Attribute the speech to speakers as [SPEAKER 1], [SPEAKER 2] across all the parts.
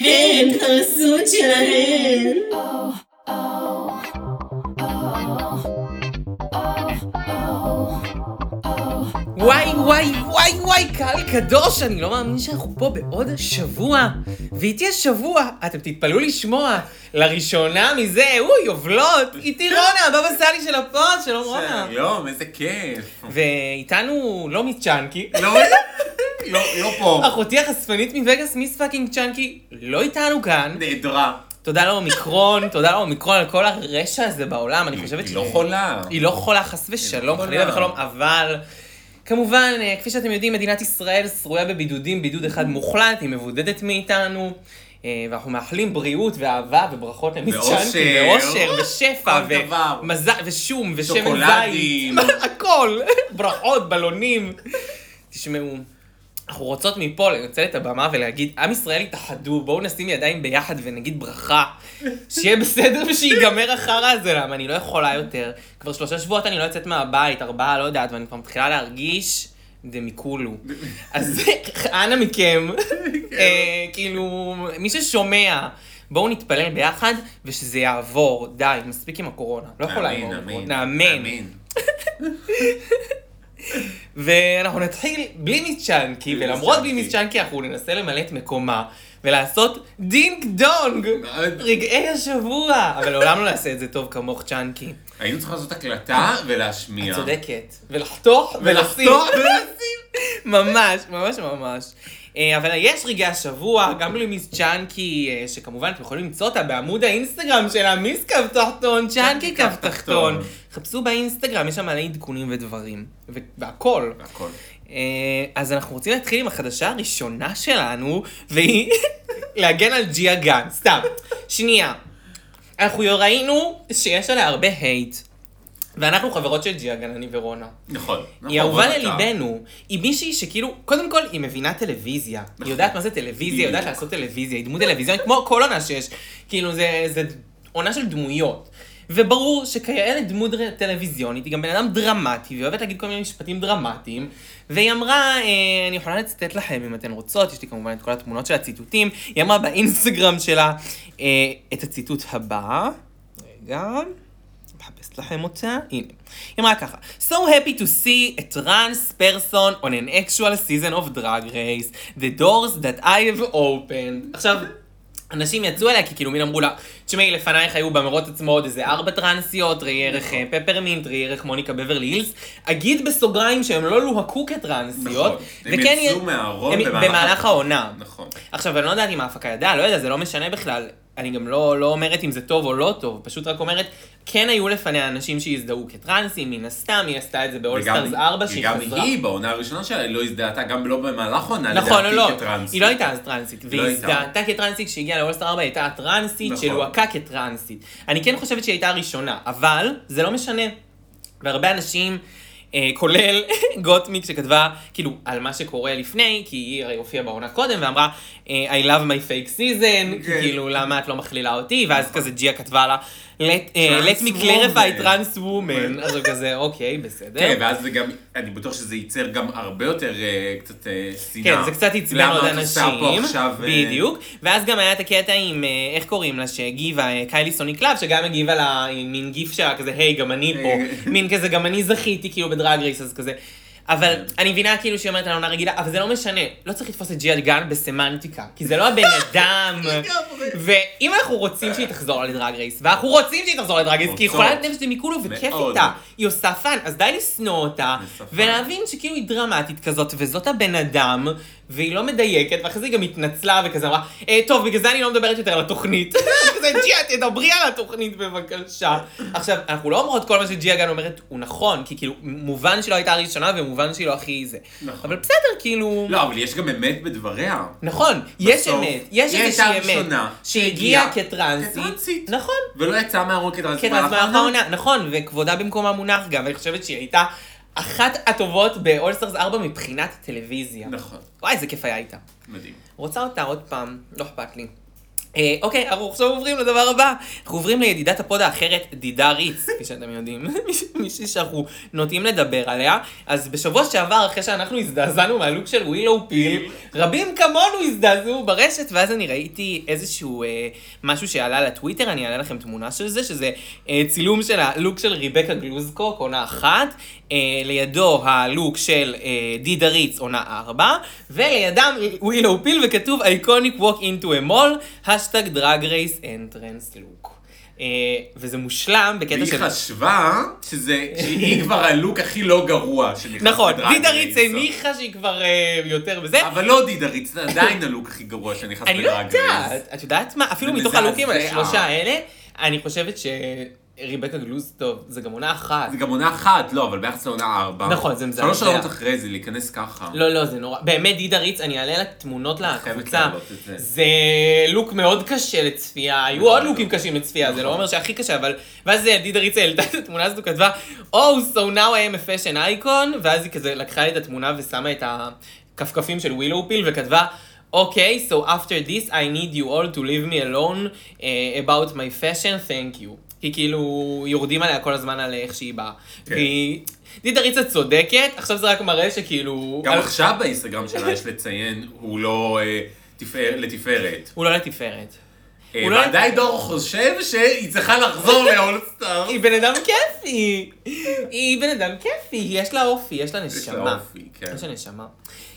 [SPEAKER 1] הן הזוג שלהן.
[SPEAKER 2] וואי וואי וואי וואי קהל קדוש, אני לא מאמין שאנחנו פה בעוד שבוע. ואיתי השבוע, אתם תתפלאו לשמוע, לראשונה מזה, אוי, יובלות, איתי רונה, הבבא סאלי של הפוד, שלום רונה.
[SPEAKER 3] שלום, איזה כיף.
[SPEAKER 2] ואיתנו לא מיס צ'אנקי,
[SPEAKER 3] לא, לא, לא פה.
[SPEAKER 2] אחותי החשפנית מווגאס, מיס פאקינג צ'אנקי, לא איתנו כאן.
[SPEAKER 3] נעדרה.
[SPEAKER 2] תודה לאומיקרון, תודה לאומיקרון על כל הרשע הזה בעולם, אני חושבת
[SPEAKER 3] היא לא חולה.
[SPEAKER 2] היא לא חולה, חס ושלום,
[SPEAKER 3] חולה.
[SPEAKER 2] חלילה וחלום, אבל... כמובן, אה, כפי שאתם יודעים, מדינת ישראל שרויה בבידודים, בידוד אחד מוחלט, היא מבודדת מאיתנו, אה, ואנחנו מאחלים בריאות ואהבה וברכות
[SPEAKER 3] ואושר.
[SPEAKER 2] למצ'אנקי, ואושר, ושפע,
[SPEAKER 3] כל דבר.
[SPEAKER 2] ומזל, ושום, ושמן
[SPEAKER 3] שוקולדים.
[SPEAKER 2] זית, הכל, ברכות, בלונים. תשמעו, אנחנו רוצות מפה לנצל את הבמה ולהגיד, עם ישראל התאחדו, בואו נשים ידיים ביחד ונגיד ברכה. שיהיה בסדר ושיגמר החרא הזה, למה אני לא יכולה יותר. כבר שלושה שבועות אני לא יוצאת מהבית, ארבעה, לא יודעת, ואני כבר מתחילה להרגיש דמיקולו. אז אנא מכם, אה, כאילו, מי ששומע, בואו נתפלל ביחד ושזה יעבור. די, מספיק עם הקורונה. לא יכול לעבור. הקורונה. אמן. ואנחנו נתחיל בלי מיס צ'אנקי,
[SPEAKER 3] בלי מיס
[SPEAKER 2] ולמרות בלי
[SPEAKER 3] צ'אנקי.
[SPEAKER 2] מיס צ'אנקי אנחנו ננסה למלא את מקומה, ולעשות דינג דונג!
[SPEAKER 3] מאוד.
[SPEAKER 2] רגעי השבוע! אבל לעולם לא נעשה את זה טוב כמוך צ'אנקי.
[SPEAKER 3] היינו צריכים לעשות הקלטה ולהשמיע.
[SPEAKER 2] את צודקת. ולחתוך ולשים.
[SPEAKER 3] ולחתוך ולשים.
[SPEAKER 2] ממש, ממש ממש. אה, אבל יש רגעי השבוע, גם בלי מיס צ'אנקי, אה, שכמובן אתם יכולים למצוא אותה בעמוד האינסטגרם שלה, מיס קו תחתון, צ'אנקי קו תחתון.
[SPEAKER 3] תחתון.
[SPEAKER 2] חפשו באינסטגרם, יש שם מלא עדכונים ודברים. ו- והכל.
[SPEAKER 3] הכל.
[SPEAKER 2] אה, אז אנחנו רוצים להתחיל עם החדשה הראשונה שלנו, והיא להגן על ג'יה גן. סתם. שנייה. אנחנו ראינו שיש עליה הרבה הייט. ואנחנו חברות של ג'יה גן, אני ורונה.
[SPEAKER 3] נכון.
[SPEAKER 2] היא אהובה
[SPEAKER 3] נכון, אתה.
[SPEAKER 2] לליבנו, היא מישהי שכאילו, קודם כל היא מבינה טלוויזיה, היא יודעת מה זה טלוויזיה, היא יודעת
[SPEAKER 3] נכון. בדיוק.
[SPEAKER 2] לעשות טלוויזיה, היא דמות טלוויזיונית כמו כל עונה שיש, כאילו זה, זה עונה של דמויות. וברור שכיאה לדמות ר- טלוויזיונית, היא גם בן אדם דרמטי, והיא אוהבת להגיד כל מיני משפטים דרמטיים, והיא אמרה, אה, אני יכולה לצטט לכם אם אתן רוצות, יש לי כמובן את כל התמונות של הציטוטים, היא אמרה באינסטגרם שלה אה, את הציטוט הבא, רגע. מחפשת לכם אותה, הנה. היא אמרה ככה, So happy to see a trans person on an actual season of drag race, the doors that I have opened. עכשיו, אנשים יצאו אליה כי כאילו מין אמרו לה, תשמעי, לפנייך היו במרוץ עצמו עוד איזה ארבע טרנסיות, ראי ערך אה,
[SPEAKER 3] נכון.
[SPEAKER 2] פפרמינט, ראי ערך מוניקה בברלי הילס. אגיד בסוגריים שהם לא לוהקו כטרנסיות.
[SPEAKER 3] נכון. הם
[SPEAKER 2] וכן
[SPEAKER 3] יצאו
[SPEAKER 2] י-
[SPEAKER 3] מהארון
[SPEAKER 2] הם-
[SPEAKER 3] במהלך
[SPEAKER 2] במהלך
[SPEAKER 3] הפרק.
[SPEAKER 2] העונה.
[SPEAKER 3] נכון.
[SPEAKER 2] עכשיו, אני לא יודעת אם ההפקה ידעה, לא ידעה, זה לא משנה בכלל. אני גם לא, לא אומרת אם זה טוב או לא טוב, פשוט רק אומרת, כן היו לפניה אנשים שהזדהו כטרנסים, מן הסתם, היא עשתה את זה באולסטארס 4, שהיא
[SPEAKER 3] גם
[SPEAKER 2] חזרה.
[SPEAKER 3] היא בעונה הראשונה שלה היא לא הזדהתה, גם לא במהלך עונה,
[SPEAKER 2] נכון, לא,
[SPEAKER 3] לדעתי,
[SPEAKER 2] לא,
[SPEAKER 3] כטרנסית.
[SPEAKER 2] היא לא הייתה אז טרנסית, והיא
[SPEAKER 3] הייתה.
[SPEAKER 2] הזדהתה כטרנסית, כשהגיעה לאולסטאר 4 היא הייתה הטרנסית,
[SPEAKER 3] נכון.
[SPEAKER 2] שלוהקה כטרנסית. אני כן חושבת שהיא הייתה הראשונה, אבל זה לא משנה. והרבה אנשים, אה, כולל גוטמיק שכתבה, כאילו, על מה שקורה לפני, כי היא הרי הופיעה בעונה קודם, ואמרה, אה, I love my fake season, כי
[SPEAKER 3] כן. נכון.
[SPEAKER 2] כאילו, למה את לא מכלילה אותי, ואז כזה ג'יה כתבה לה, let אה, let me
[SPEAKER 3] Trans
[SPEAKER 2] clarify
[SPEAKER 3] woman.
[SPEAKER 2] trans woman, אז הוא כזה, אוקיי, בסדר.
[SPEAKER 3] כן, ואז זה גם, אני בטוח שזה ייצר גם הרבה יותר אה, קצת אה, שנאה.
[SPEAKER 2] כן, זה קצת עצבן עוד אנשים.
[SPEAKER 3] למה את עושה פה עכשיו... אה,
[SPEAKER 2] בדיוק. ואז גם היה את הקטע עם, אה, איך קוראים לה, שהגיבה, אה, קיילי סוני קלאב, שגם הגיבה לה עם מין גיף שלה, כזה, היי, גם אני פה.
[SPEAKER 3] אה.
[SPEAKER 2] מין כזה, גם אני זכיתי, כאילו, בדרג רייס, אז כזה. אבל
[SPEAKER 3] כן.
[SPEAKER 2] אני מבינה כאילו שהיא אומרת על עונה רגילה, אבל זה לא משנה, לא צריך לתפוס את ג'יה גן בסמנטיקה, כי זה לא הבן אדם. ואם אנחנו רוצים שהיא תחזור לדרג רייס, ואנחנו רוצים שהיא תחזור לדרג רייס, כי היא
[SPEAKER 3] רוצות.
[SPEAKER 2] יכולה לתת שזה מכולו וכיף
[SPEAKER 3] מאוד.
[SPEAKER 2] איתה, היא עושה פאן, אז די לשנוא אותה,
[SPEAKER 3] עושה פאן.
[SPEAKER 2] ולהבין שכאילו היא דרמטית כזאת, וזאת הבן אדם, והיא לא מדייקת, ואחרי זה היא גם התנצלה וכזה אמרה, "אה, טוב, בגלל זה אני לא מדברת יותר על התוכנית. כזה, ג'יה, תדברי על התוכנית בבקשה. עכשיו, אנחנו לא אומרות כל מה שג'יה גן אומרת הוא נכון, כי כאילו, מובן שהיא לא הייתה הראשונה, ומובן שהיא לא הכי זה.
[SPEAKER 3] נכון.
[SPEAKER 2] אבל בסדר, כאילו...
[SPEAKER 3] לא, אבל יש גם אמת בדבריה.
[SPEAKER 2] נכון, יש
[SPEAKER 3] בסוף,
[SPEAKER 2] אמת, יש
[SPEAKER 3] היא
[SPEAKER 2] איזושהי
[SPEAKER 3] הייתה
[SPEAKER 2] אמת,
[SPEAKER 3] הראשונה
[SPEAKER 2] שהגיעה
[SPEAKER 3] שהגיעה
[SPEAKER 2] כטרנסית,
[SPEAKER 3] כטרנסית.
[SPEAKER 2] נכון,
[SPEAKER 3] ולא יצאה מהארון כטרנסית.
[SPEAKER 2] כטרנס במהלך העונה, נכון, וכבודה במקומה מונח גם, אני חושבת שהיא הייתה אחת הטובות באולסטרס 4 מבחינת טלוויזיה.
[SPEAKER 3] נכון,
[SPEAKER 2] וואי, איזה כיף היה איתה.
[SPEAKER 3] מדהים.
[SPEAKER 2] רוצה אותה עוד פעם, לא אכפת לי. אה, אוקיי, אנחנו עכשיו עוברים לדבר הבא. אנחנו עוברים לידידת הפוד האחרת, דידה ריץ, כפי שאתם יודעים. מישהי שאנחנו נוטים לדבר עליה. אז בשבוע שעבר, אחרי שאנחנו הזדעזענו מהלוק של ווילאו פיל, רבים כמונו הזדעזעו ברשת, ואז אני ראיתי איזשהו אה, משהו שעלה לטוויטר, אני אעלה לכם תמונה של זה, שזה אה, צילום של הלוק של ריבקה גלוזקוק, עונה אחת, אה, לידו הלוק של אה, דידה ריץ, עונה ארבע, ולידם אה, ווילאו פיל, וכתוב אייקוניק walk into a mall, השטג דרג רייס אנטרנס לוק. אה, וזה מושלם בקטע
[SPEAKER 3] והיא
[SPEAKER 2] של...
[SPEAKER 3] חשבה שזה, שהיא כבר הלוק הכי לא גרוע שנכנס
[SPEAKER 2] נכון,
[SPEAKER 3] לדרג
[SPEAKER 2] דידה ריץ
[SPEAKER 3] רייס.
[SPEAKER 2] הניחה שהיא כבר אה, יותר בזה.
[SPEAKER 3] אבל לא דידריץ, זה עדיין הלוק הכי גרוע שנכנס
[SPEAKER 2] אני
[SPEAKER 3] לדרג
[SPEAKER 2] לא
[SPEAKER 3] רייס.
[SPEAKER 2] יודעת, את יודעת מה? אפילו
[SPEAKER 3] זה
[SPEAKER 2] מתוך הלוקים
[SPEAKER 3] מזעזע.
[SPEAKER 2] השלושה האלה, אני חושבת שריבקה גלוז, טוב, זה גם עונה אחת.
[SPEAKER 3] זה גם עונה אחת, לא, אבל ביחס לעונה ארבע.
[SPEAKER 2] נכון, זה מזעזע.
[SPEAKER 3] שלוש עונות אחרי זה, להיכנס ככה.
[SPEAKER 2] לא, לא, זה נורא. באמת, דידה ריץ, אני אעלה לה תמונות לקבוצה.
[SPEAKER 3] להעלות את זה.
[SPEAKER 2] זה לוק מאוד קשה לצפייה, היו
[SPEAKER 3] נכון.
[SPEAKER 2] עוד לוקים קשים לצפייה, זה לא אומר שהכי קשה, אבל... ואז אה, דידה ריץ העלתה את התמונה הזאת, כתבה, Oh, so now I am a fashion icon, ואז היא כזה לקחה את התמונה ושמה את הכפכפים של ווילאו פיל, וכתבה, אוקיי, okay, so after this I need you all to leave me alone uh, about my fashion, thank you. כי כאילו יורדים עליה כל הזמן על איך שהיא באה.
[SPEAKER 3] כן.
[SPEAKER 2] כי דידה ריצה צודקת, עכשיו זה רק מראה שכאילו...
[SPEAKER 3] גם עכשיו באינסטגרם שלה יש לציין, הוא לא אה, תפאר- לתפארת.
[SPEAKER 2] הוא לא לתפארת.
[SPEAKER 3] אה,
[SPEAKER 2] הוא לא-
[SPEAKER 3] ועדיין דור חושב שהיא צריכה לחזור לאולסטאר.
[SPEAKER 2] היא בן אדם כיפי! היא בן אדם כיפי, יש לה אופי, יש לה
[SPEAKER 3] יש
[SPEAKER 2] נשמה.
[SPEAKER 3] לה אופי, כן.
[SPEAKER 2] יש לה נשמה.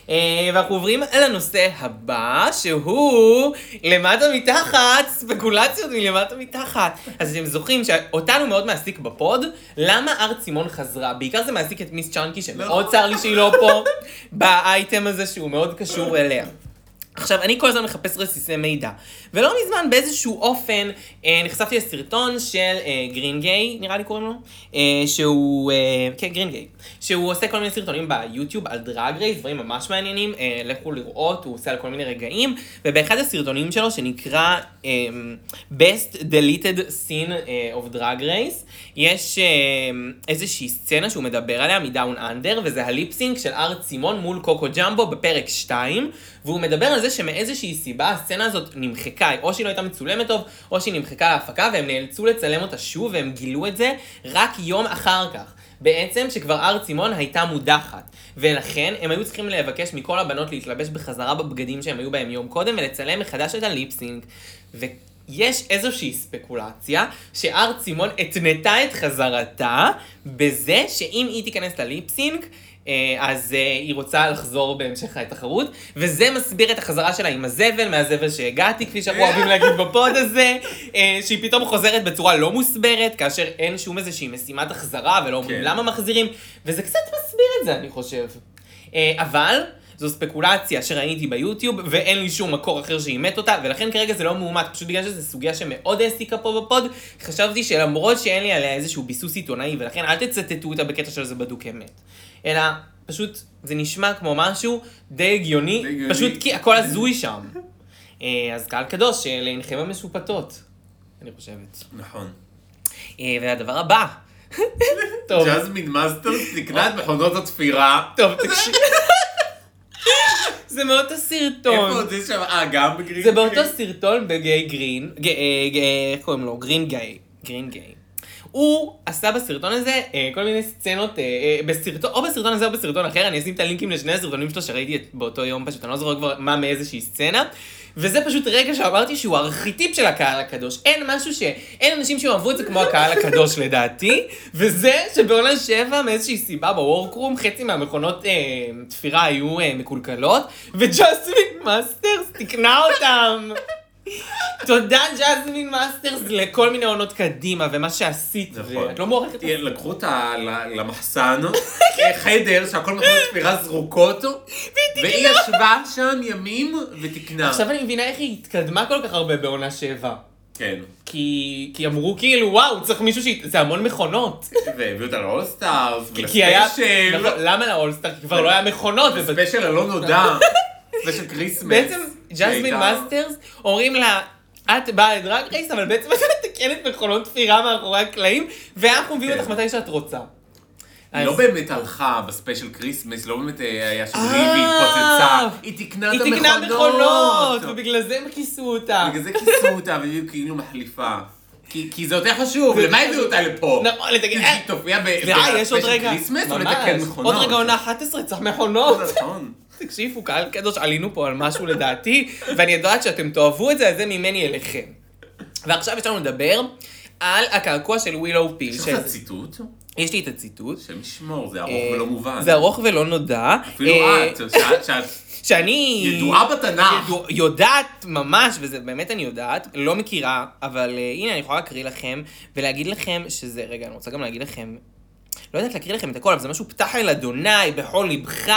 [SPEAKER 2] אה, ואנחנו עוברים לנושא הבא, שהוא למטה מתחת, ספקולציות מלמטה מתחת. אז אתם זוכרים שאותנו מאוד מעסיק בפוד, למה הר צימון חזרה? בעיקר זה מעסיק את מיס צ'אנקי, שמאוד צר לי שהיא לא פה, באייטם הזה שהוא מאוד קשור אליה. עכשיו, אני כל הזמן מחפש רסיסי מידע, ולא מזמן באיזשהו אופן אה, נחשפתי לסרטון של אה, גרינגיי, נראה לי קוראים לו, אה, שהוא, אה, כן, גרינגיי, שהוא עושה כל מיני סרטונים ביוטיוב על דרג רייס, דברים ממש מעניינים, אה, לכו לראות, הוא עושה על כל מיני רגעים, ובאחד הסרטונים שלו שנקרא אה, Best Deleted Scene אה, of Drag Race, יש אה, איזושהי סצנה שהוא מדבר עליה מדאון אנדר, וזה הליפסינג של הר צימון מול קוקו ג'מבו בפרק 2, והוא מדבר על זה שמאיזושהי סיבה הסצנה הזאת נמחקה, או שהיא לא הייתה מצולמת טוב, או שהיא נמחקה להפקה, והם נאלצו לצלם אותה שוב, והם גילו את זה רק יום אחר כך. בעצם שכבר הר צימון הייתה מודחת, ולכן הם היו צריכים לבקש מכל הבנות להתלבש בחזרה בבגדים שהם היו בהם יום קודם ולצלם מחדש את הליפסינג. ויש איזושהי ספקולציה שהר צימון התנתה את חזרתה בזה שאם היא תיכנס לליפסינג, אה, אז אה, היא רוצה לחזור בהמשך התחרות, וזה מסביר את החזרה שלה עם הזבל, מהזבל שהגעתי, כפי שאנחנו אוהבים להגיד בפוד הזה, אה, שהיא פתאום חוזרת בצורה לא מוסברת, כאשר אין שום איזושהי משימת החזרה, ולא אומרים
[SPEAKER 3] כן.
[SPEAKER 2] למה מחזירים, וזה קצת מסביר את זה, אני חושב. אה, אבל... זו ספקולציה שראיתי ביוטיוב, ואין לי שום מקור אחר שאימת אותה, ולכן כרגע זה לא מאומת, פשוט בגלל שזו סוגיה שמאוד העסיקה פה בפוד, חשבתי שלמרות שאין לי עליה איזשהו ביסוס עיתונאי, ולכן אל תצטטו אותה בקטע של זה בדוק אמת. אלא, פשוט, זה נשמע כמו משהו די הגיוני,
[SPEAKER 3] די הגיוני.
[SPEAKER 2] פשוט כי הכל הזוי שם. אה, אז קהל קדוש, אה, לעיניכם המשופטות, אני חושבת.
[SPEAKER 3] נכון.
[SPEAKER 2] אה, והדבר הבא. טוב,
[SPEAKER 3] ג'זמין מאסטרס תקנה את מכונות התפירה.
[SPEAKER 2] טוב, תקשיב. זה מאותו סרטון.
[SPEAKER 3] איפה עוד יש שם? אה, גם בגרינגרי?
[SPEAKER 2] זה באותו סרטון בגיי גרין, ג- אה, ג- אה, איך קוראים לו? גרין גיי. גרין גיי. הוא עשה בסרטון הזה אה, כל מיני סצנות, אה, אה, בסרטון, או בסרטון הזה או בסרטון אחר, אני אשים את הלינקים לשני הסרטונים שלו שראיתי את- באותו יום, פשוט אני לא זוכר כבר מה מאיזושהי סצנה. וזה פשוט רגע שאמרתי שהוא הארכיטיפ של הקהל הקדוש. אין משהו ש... אין אנשים שאוהבו את זה כמו הקהל הקדוש לדעתי, וזה שבעונה שבע מאיזושהי סיבה בוורקרום חצי מהמכונות אה, תפירה היו אה, מקולקלות, וג'סמין מאסטרס תיקנה אותם. תודה ג'זמין מאסטרס לכל מיני עונות קדימה ומה שעשית,
[SPEAKER 3] נכון.
[SPEAKER 2] ואת לא מוערכת.
[SPEAKER 3] אה, לקחו אותה ל- למחסן, אה, חדר שהכל מכונות תפירה זרוקות, והיא ישבה שם ימים ותיקנה.
[SPEAKER 2] עכשיו אני מבינה איך היא התקדמה כל כך הרבה בעונה שבע.
[SPEAKER 3] כן.
[SPEAKER 2] כי, כי אמרו כאילו וואו צריך מישהו ש... זה המון מכונות.
[SPEAKER 3] והביאו אותה לאולסטארס,
[SPEAKER 2] כי היה...
[SPEAKER 3] ולספיישל,
[SPEAKER 2] נכון, למה לאולסטאר? כי כבר לא היה מכונות. וזה-
[SPEAKER 3] ספיישל הלא נודע, ספיישל קריסמס.
[SPEAKER 2] בעצם ג'זמין
[SPEAKER 3] שהייתה-
[SPEAKER 2] מאסטרס אומרים לה, את באה לדרג רייס, אבל בעצם את מתקנת מכונות תפירה מאחורי הקלעים, ואנחנו מביאים
[SPEAKER 3] כן.
[SPEAKER 2] אותך מתי שאת רוצה.
[SPEAKER 3] היא
[SPEAKER 2] אז-
[SPEAKER 3] לא באמת הלכה בספיישל כריסמס, לא באמת אה, היה שם
[SPEAKER 2] אה,
[SPEAKER 3] ריבי, התפוצצה. היא תיקנה את
[SPEAKER 2] היא
[SPEAKER 3] המכונות.
[SPEAKER 2] תקנה מכונות, ובגלל זה הם כיסו אותה.
[SPEAKER 3] בגלל זה כיסו אותה, והיא כאילו מחליפה. כי כי זה יותר חשוב, למה הביאו אותה לפה?
[SPEAKER 2] נכון, לתקן-
[SPEAKER 3] כי היא תופיע ב-
[SPEAKER 2] סליחה, יש עוד
[SPEAKER 3] בספיישל
[SPEAKER 2] רגע.
[SPEAKER 3] כריסמס או
[SPEAKER 2] ממש.
[SPEAKER 3] לתקן מכונות?
[SPEAKER 2] עוד רגע עונה 11, צריך מכונות.
[SPEAKER 3] נכון.
[SPEAKER 2] תקשיבו, קהל קדוש, עלינו פה על משהו לדעתי, ואני יודעת שאתם תאהבו את זה, אז זה ממני אליכם. ועכשיו יש לנו לדבר על הקעקוע של ווילאו פיל.
[SPEAKER 3] יש
[SPEAKER 2] ש-
[SPEAKER 3] לך ציטוט?
[SPEAKER 2] יש לי את הציטוט.
[SPEAKER 3] שם ישמור, זה ארוך
[SPEAKER 2] אה,
[SPEAKER 3] ולא מובן.
[SPEAKER 2] זה ארוך ולא נודע.
[SPEAKER 3] אפילו
[SPEAKER 2] אה,
[SPEAKER 3] את, שאת, שאת
[SPEAKER 2] שאני...
[SPEAKER 3] ידועה בתנ"ך.
[SPEAKER 2] ידוע- יודעת ממש, וזה באמת אני יודעת, לא מכירה, אבל אה, הנה אני יכולה להקריא לכם, ולהגיד לכם שזה, רגע, אני רוצה גם להגיד לכם, לא יודעת להקריא לכם את הכל, אבל זה משהו פתח אל אדוני בכל ליבך,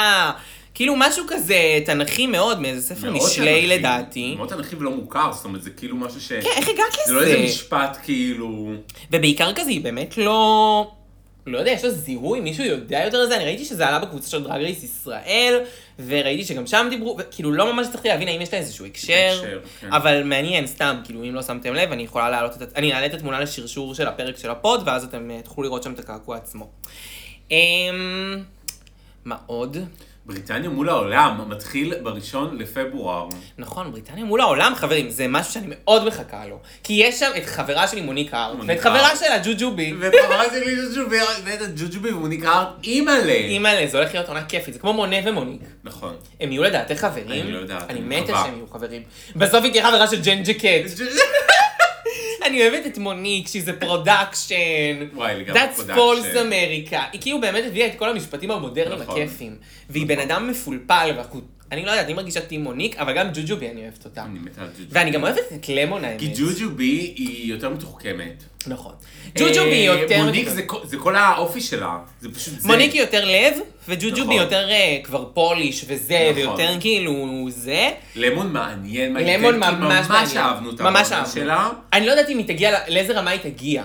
[SPEAKER 2] כאילו משהו כזה תנכי מאוד, מאיזה ספר
[SPEAKER 3] מאוד
[SPEAKER 2] משלי
[SPEAKER 3] תנ"כי.
[SPEAKER 2] לדעתי.
[SPEAKER 3] מאוד תנכי ולא לא מוכר, זאת אומרת, זה כאילו משהו ש...
[SPEAKER 2] כן, איך הגעת
[SPEAKER 3] זה לא איזה
[SPEAKER 2] לזה?
[SPEAKER 3] משפט כאילו...
[SPEAKER 2] ובעיקר כזה, היא באמת לא... לא יודע, יש לה זיהוי, מישהו יודע יותר על זה? אני ראיתי שזה עלה בקבוצה של דרג רייס ישראל, וראיתי שגם שם דיברו, וכאילו לא ממש הצלחתי להבין האם יש לה איזשהו
[SPEAKER 3] הקשר,
[SPEAKER 2] הקשר,
[SPEAKER 3] כן.
[SPEAKER 2] אבל מעניין, סתם, כאילו, אם לא שמתם לב, אני יכולה להעלות את... אני אעלה את התמונה לשרשור של הפרק של הפוד, ואז אתם אה, תוכלו לראות שם את הקעקוע עצמו. אמ... מה עוד?
[SPEAKER 3] בריטניה מול העולם מתחיל בראשון לפברואר.
[SPEAKER 2] נכון, בריטניה מול העולם, חברים, זה משהו שאני מאוד מחכה לו. כי יש שם את חברה שלי מוניקה ארט, ואת
[SPEAKER 3] מוניקה
[SPEAKER 2] חברה
[SPEAKER 3] ארט.
[SPEAKER 2] שלה ג'וג'ובי.
[SPEAKER 3] ואת חברה שלי ג'וג'ובי, ואת הג'וג'ובי ומוניקה אימא'לה.
[SPEAKER 2] אימא'לה, זה הולך להיות עונה כיפית, זה כמו מונה ומוניק.
[SPEAKER 3] נכון.
[SPEAKER 2] הם יהיו לדעתי חברים?
[SPEAKER 3] אני לא יודעת,
[SPEAKER 2] אני
[SPEAKER 3] אני
[SPEAKER 2] מתה
[SPEAKER 3] מקווה.
[SPEAKER 2] שהם יהיו חברים. בסוף היא תהיה חברה של ג'ן ג'קט. אני אוהבת את מוניק, שהיא זה פרודקשן.
[SPEAKER 3] וואי, לגמרי
[SPEAKER 2] That's
[SPEAKER 3] production.
[SPEAKER 2] false America. היא כאילו באמת הביאה את כל המשפטים המודרניים
[SPEAKER 3] נכון.
[SPEAKER 2] הכיפים. והיא בן אדם מפולפל, ואנחנו... אני לא יודעת, אני מרגישה טים מוניק, אבל גם ג'וג'ובי אני אוהבת אותה.
[SPEAKER 3] אני מתה על ג'וג'ובי.
[SPEAKER 2] ואני גם אוהבת את למון האמת.
[SPEAKER 3] כי ג'וג'ובי היא יותר מתוחכמת.
[SPEAKER 2] נכון. ג'וג'ובי היא
[SPEAKER 3] אה,
[SPEAKER 2] יותר...
[SPEAKER 3] מוניק זה כל- זה כל האופי שלה. זה פשוט זה.
[SPEAKER 2] מוניק יותר לב, וג'וג'ובי
[SPEAKER 3] נכון.
[SPEAKER 2] יותר אה, כבר פוליש וזה,
[SPEAKER 3] נכון.
[SPEAKER 2] ויותר כאילו זה.
[SPEAKER 3] למון מעניין. מה היא
[SPEAKER 2] למון
[SPEAKER 3] נותנת, כי
[SPEAKER 2] ממש מעניין.
[SPEAKER 3] ממש אהבנו אותה.
[SPEAKER 2] ממש
[SPEAKER 3] בעונה
[SPEAKER 2] אהבנו.
[SPEAKER 3] שלה.
[SPEAKER 2] אני לא יודעת אם היא תגיע, ל- לאיזה רמה היא תגיע.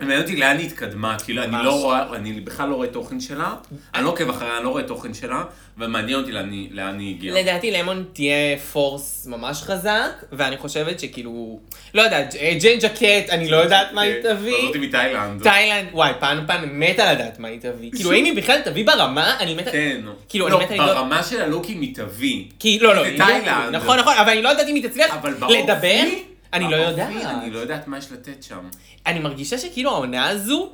[SPEAKER 3] מעניין אותי לאן היא התקדמה, כאילו אני
[SPEAKER 2] ממש.
[SPEAKER 3] לא רואה, אני בכלל לא רואה תוכן שלה, אני לא עוקב אחריה, אני לא רואה תוכן שלה, ומעניין אותי לאן היא- לאן היא הגיעה.
[SPEAKER 2] לדעתי למון תהיה פורס ממש חזק, ואני חושבת שכאילו, לא יודעת, אה, ג'יין ג'קט, אני לא יודעת מה היא
[SPEAKER 3] אה,
[SPEAKER 2] תביא.
[SPEAKER 3] זאת היא מתאילנד.
[SPEAKER 2] תאילנד, וואי, פעם פעם מתה לדעת מה היא תביא. כאילו, אם היא בכלל תביא ברמה, אני מתה...
[SPEAKER 3] כן.
[SPEAKER 2] כאילו, אני
[SPEAKER 3] לא,
[SPEAKER 2] מתה לבדוק-
[SPEAKER 3] ברמה של הלוק היא מתאבי.
[SPEAKER 2] כי, לא, לא,
[SPEAKER 3] זה
[SPEAKER 2] היא לא-
[SPEAKER 3] תאילנד.
[SPEAKER 2] נכון, נכון, אבל אני לא יודעת אם היא תצליח
[SPEAKER 3] אבל באופי...
[SPEAKER 2] לדבר. אני לא
[SPEAKER 3] באופי,
[SPEAKER 2] יודעת.
[SPEAKER 3] אני לא יודעת מה יש לתת שם.
[SPEAKER 2] אני מרגישה שכאילו העונה הזו,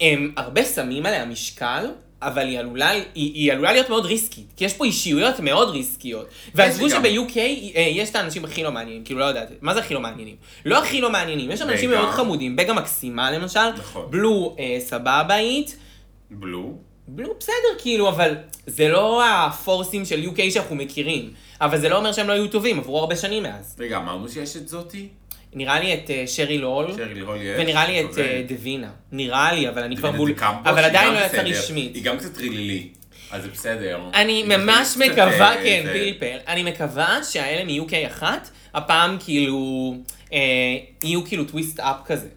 [SPEAKER 2] הם הרבה שמים עליה משקל, אבל היא עלולה, היא, היא עלולה להיות מאוד ריסקית, כי יש פה אישיויות מאוד ריסקיות. ועזבו
[SPEAKER 3] יש כן, גם.
[SPEAKER 2] שב-UK אה, יש את האנשים הכי לא מעניינים, כאילו לא יודעת, מה זה הכי לא מעניינים? לא הכי לא מעניינים, יש שם אנשים
[SPEAKER 3] בגה.
[SPEAKER 2] מאוד חמודים, בגה מקסימה למשל,
[SPEAKER 3] נכון.
[SPEAKER 2] בלו אה, סבבאית,
[SPEAKER 3] בלו?
[SPEAKER 2] בלו בסדר כאילו, אבל זה לא הפורסים של UK שאנחנו מכירים, אבל זה לא אומר שהם לא היו טובים, עברו הרבה שנים מאז.
[SPEAKER 3] רגע, אמרנו שיש את זאתי?
[SPEAKER 2] נראה לי את אה, שרי לול.
[SPEAKER 3] שרי רול יש.
[SPEAKER 2] ונראה לי את
[SPEAKER 3] אוקיי.
[SPEAKER 2] אה, דווינה. נראה לי, אבל אני כבר
[SPEAKER 3] דוד
[SPEAKER 2] בול...
[SPEAKER 3] קמפוס,
[SPEAKER 2] אבל
[SPEAKER 3] היא
[SPEAKER 2] עדיין
[SPEAKER 3] גם
[SPEAKER 2] לא יצא
[SPEAKER 3] בסדר.
[SPEAKER 2] רשמית.
[SPEAKER 3] היא גם קצת טריללי, אז זה בסדר.
[SPEAKER 2] אני
[SPEAKER 3] היא
[SPEAKER 2] ממש
[SPEAKER 3] קצת,
[SPEAKER 2] מקווה,
[SPEAKER 3] אה,
[SPEAKER 2] כן,
[SPEAKER 3] זה-
[SPEAKER 2] פילפר, אני מקווה שהאלה מ-UK אחת, הפעם כאילו, אה, יהיו כאילו טוויסט אפ כזה.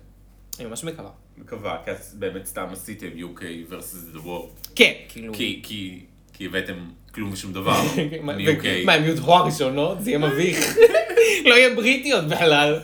[SPEAKER 2] אני ממש מקווה.
[SPEAKER 3] מקווה, כי אז באמת סתם עשיתם UK versus the world.
[SPEAKER 2] כן, כאילו.
[SPEAKER 3] כי, כי, כי הבאתם כלום ושום דבר.
[SPEAKER 2] מה-
[SPEAKER 3] אני
[SPEAKER 2] ו-
[SPEAKER 3] UK.
[SPEAKER 2] מה, הם יהיו דרוע ראשונות? זה יהיה מביך. לא יהיה בריטיות בכלל.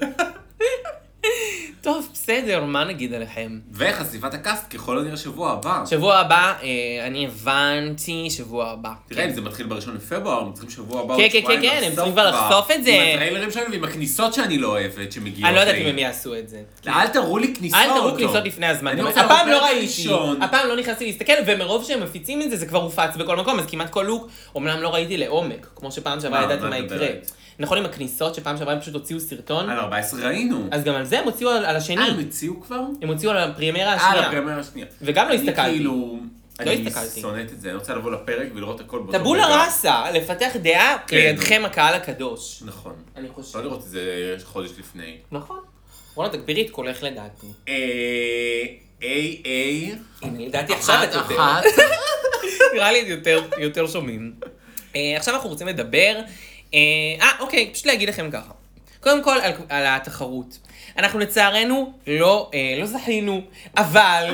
[SPEAKER 2] טוב, בסדר, מה נגיד עליכם?
[SPEAKER 3] וחשיפת הקאסט ככל הנראה שבוע הבא.
[SPEAKER 2] שבוע הבא, אה, אני הבנתי, שבוע הבא.
[SPEAKER 3] תראה, אם זה מתחיל בראשון לפברואר, הם צריכים שבוע הבא
[SPEAKER 2] כן,
[SPEAKER 3] עוד
[SPEAKER 2] כן,
[SPEAKER 3] שבועיים
[SPEAKER 2] כן, כן, הם
[SPEAKER 3] לחשוף
[SPEAKER 2] צריכים כבר
[SPEAKER 3] בה.
[SPEAKER 2] לחשוף את זה.
[SPEAKER 3] עם הטריילרים שלנו ועם הכניסות שאני לא אוהבת שמגיעות
[SPEAKER 2] אני לא יודעת
[SPEAKER 3] לי.
[SPEAKER 2] אם הם יעשו את זה.
[SPEAKER 3] אל תראו לי כניסות.
[SPEAKER 2] אל תראו
[SPEAKER 3] טוב.
[SPEAKER 2] כניסות לפני הזמן.
[SPEAKER 3] אני
[SPEAKER 2] גם-
[SPEAKER 3] רוצה
[SPEAKER 2] הפעם
[SPEAKER 3] לראות
[SPEAKER 2] לא
[SPEAKER 3] פרק
[SPEAKER 2] ראיתי,
[SPEAKER 3] ראשון.
[SPEAKER 2] הפעם לא נכנסתי להסתכל, ומרוב שהם מפיצים את זה, זה כבר הופץ בכל מקום, אז כמעט כל לוק, אמנם לא ראיתי לעומק, כמו שפעם שעברה
[SPEAKER 3] מה,
[SPEAKER 2] ידעתי
[SPEAKER 3] אה,
[SPEAKER 2] מה
[SPEAKER 3] מה את
[SPEAKER 2] יקרה.
[SPEAKER 3] מדברת?
[SPEAKER 2] נכון, עם הכניסות, שפעם שעברה הם פשוט הוציאו סרטון,
[SPEAKER 3] על 14 ראינו.
[SPEAKER 2] אז גם על זה הם הוציאו על על השני.
[SPEAKER 3] אה, הם הציעו כבר?
[SPEAKER 2] הם הוציאו על הפרימיירה
[SPEAKER 3] אה, על
[SPEAKER 2] השנייה.
[SPEAKER 3] הפרמייר השנייה.
[SPEAKER 2] וגם לא
[SPEAKER 3] אני
[SPEAKER 2] הסתכלתי.
[SPEAKER 3] כאילו...
[SPEAKER 2] לא
[SPEAKER 3] אני
[SPEAKER 2] הסתכלתי.
[SPEAKER 3] שונאת את זה, אני רוצה לבוא לפרק ולראות הכל באותו
[SPEAKER 2] טבולה
[SPEAKER 3] רגע.
[SPEAKER 2] ראסה, לפתח דעה
[SPEAKER 3] אה. כן.
[SPEAKER 2] לידכם הקהל הקדוש.
[SPEAKER 3] נכון.
[SPEAKER 2] אני
[SPEAKER 3] לא
[SPEAKER 2] חושב.
[SPEAKER 3] לראות את זה חודש לפני.
[SPEAKER 2] נכון. רונה, תגבירי את קולך לדעתי.
[SPEAKER 3] אה... איי איי...
[SPEAKER 2] הנה, לדעתי עכשיו את יותר. נראה לי יותר, יותר שומעים. אה, עכשיו אנחנו רוצים לדבר, אה, אה, אוקיי, פשוט להגיד לכם ככה. קודם כל על, על התחרות. אנחנו לצערנו לא, אה, לא זכינו, אבל,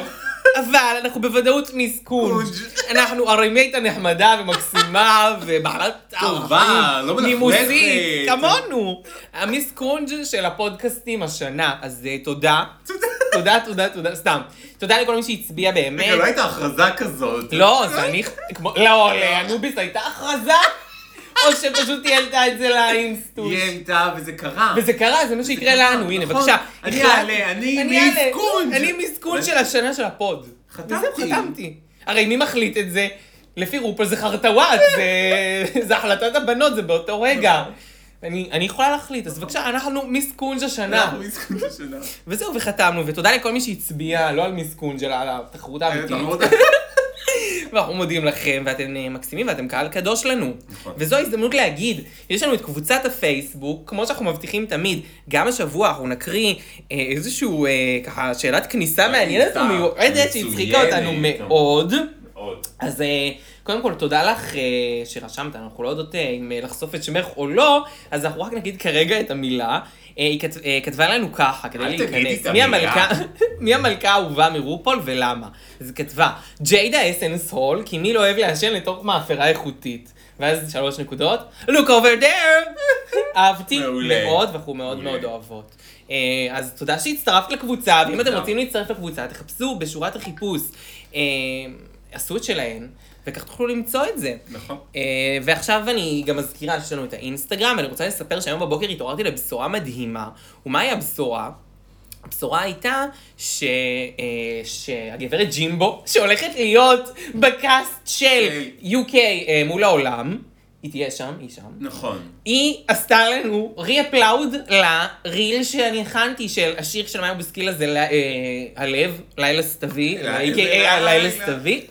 [SPEAKER 2] אבל אנחנו בוודאות מסכון.
[SPEAKER 3] קונג'.
[SPEAKER 2] אנחנו ארמית הנחמדה ומקסימה ובעלת
[SPEAKER 3] טובה,
[SPEAKER 2] ערכים,
[SPEAKER 3] לא מלכלכת.
[SPEAKER 2] נימוסית, כמונו. המיס קונג' של הפודקאסטים השנה, אז אה, תודה. תודה, תודה, תודה, סתם. תודה לכל מי שהצביע באמת.
[SPEAKER 3] רגע, לא הייתה הכרזה כזאת.
[SPEAKER 2] לא, זה אני... כמו... לא, לאנוביס הייתה הכרזה, או שפשוט היא העלתה את זה
[SPEAKER 3] היא
[SPEAKER 2] לאינסטוש.
[SPEAKER 3] העלתה וזה קרה.
[SPEAKER 2] וזה קרה, זה מה שיקרה לנו, הנה,
[SPEAKER 3] נכון.
[SPEAKER 2] בבקשה.
[SPEAKER 3] אני
[SPEAKER 2] החלט-
[SPEAKER 3] אעלה, אני
[SPEAKER 2] אעלה.
[SPEAKER 3] מיס קונג'.
[SPEAKER 2] אני מיס קונג' של השנה של הפוד.
[SPEAKER 3] חתמתי.
[SPEAKER 2] וזהו, חתמתי. הרי מי מחליט את זה? לפי רופול זה חרטוואט, זה- זה החלטת הבנות, זה באותו רגע.
[SPEAKER 3] נכון.
[SPEAKER 2] אני אני יכולה להחליט, אז בבקשה, אנחנו מיס קונג' השנה.
[SPEAKER 3] אנחנו מיס קונג' השנה.
[SPEAKER 2] וזהו, וחתמנו, ותודה לכל מי שהצביע, לא על מיס קונג' אלא על התחרות
[SPEAKER 3] כן,
[SPEAKER 2] האמיתית.
[SPEAKER 3] אנחנו עוד-
[SPEAKER 2] ואנחנו מודים לכם, ואתם אה, מקסימים, ואתם קהל קדוש לנו.
[SPEAKER 3] נכון.
[SPEAKER 2] וזו הזדמנות להגיד, יש לנו את קבוצת הפייסבוק, כמו שאנחנו מבטיחים תמיד, גם השבוע אנחנו נקריא אה, איזשהו, אה, ככה, שאלת כניסה מעניינת
[SPEAKER 3] כניסה,
[SPEAKER 2] ומיועדת, שהצחיקה
[SPEAKER 3] מצוינת.
[SPEAKER 2] אותנו מאוד.
[SPEAKER 3] עוד.
[SPEAKER 2] אז אה, קודם כל, תודה לך אה, שרשמת, אנחנו לא יודעות אה, אם אה, לחשוף את שמך או לא, אז אנחנו רק נגיד כרגע את המילה. אה, היא כת- אה, כתבה לנו ככה, כדי
[SPEAKER 3] אל תגידי
[SPEAKER 2] להיכנס.
[SPEAKER 3] את
[SPEAKER 2] מי
[SPEAKER 3] המילה.
[SPEAKER 2] המלכה- מי המלכה האהובה מרופול ולמה? אז היא כתבה, ג'יידה אסנס הול, כי מי לא אוהב לעשן לתוך מאפרה איכותית. ואז שלוש נקודות, look over there! אהבתי
[SPEAKER 3] מעולה.
[SPEAKER 2] מאוד, ואנחנו מאוד
[SPEAKER 3] מעולה.
[SPEAKER 2] מאוד אוהבות. אה, אז תודה שהצטרפת לקבוצה, ואם אתם
[SPEAKER 3] תודה.
[SPEAKER 2] רוצים להצטרף לקבוצה, תחפשו בשורת החיפוש. אה, עשו את שלהן, וכך תוכלו למצוא את זה.
[SPEAKER 3] נכון.
[SPEAKER 2] אה, ועכשיו אני גם מזכירה שיש לנו את האינסטגרם, ואני רוצה לספר שהיום בבוקר התעוררתי לבשורה מדהימה. ומהי הבשורה? הבשורה הייתה ש... אה, שהגברת ג'ימבו, שהולכת להיות בקאסט של UK אה, מול העולם, היא תהיה שם, היא שם.
[SPEAKER 3] נכון.
[SPEAKER 2] היא עשתה לנו רי-אפלאוד לריל שאני הכנתי של השיר של מאיה בוסקילה זה ל- אה, הלב, לילה סתווי,
[SPEAKER 3] לילה-
[SPEAKER 2] a.k.a. הלילה
[SPEAKER 3] לילה.
[SPEAKER 2] סתווי,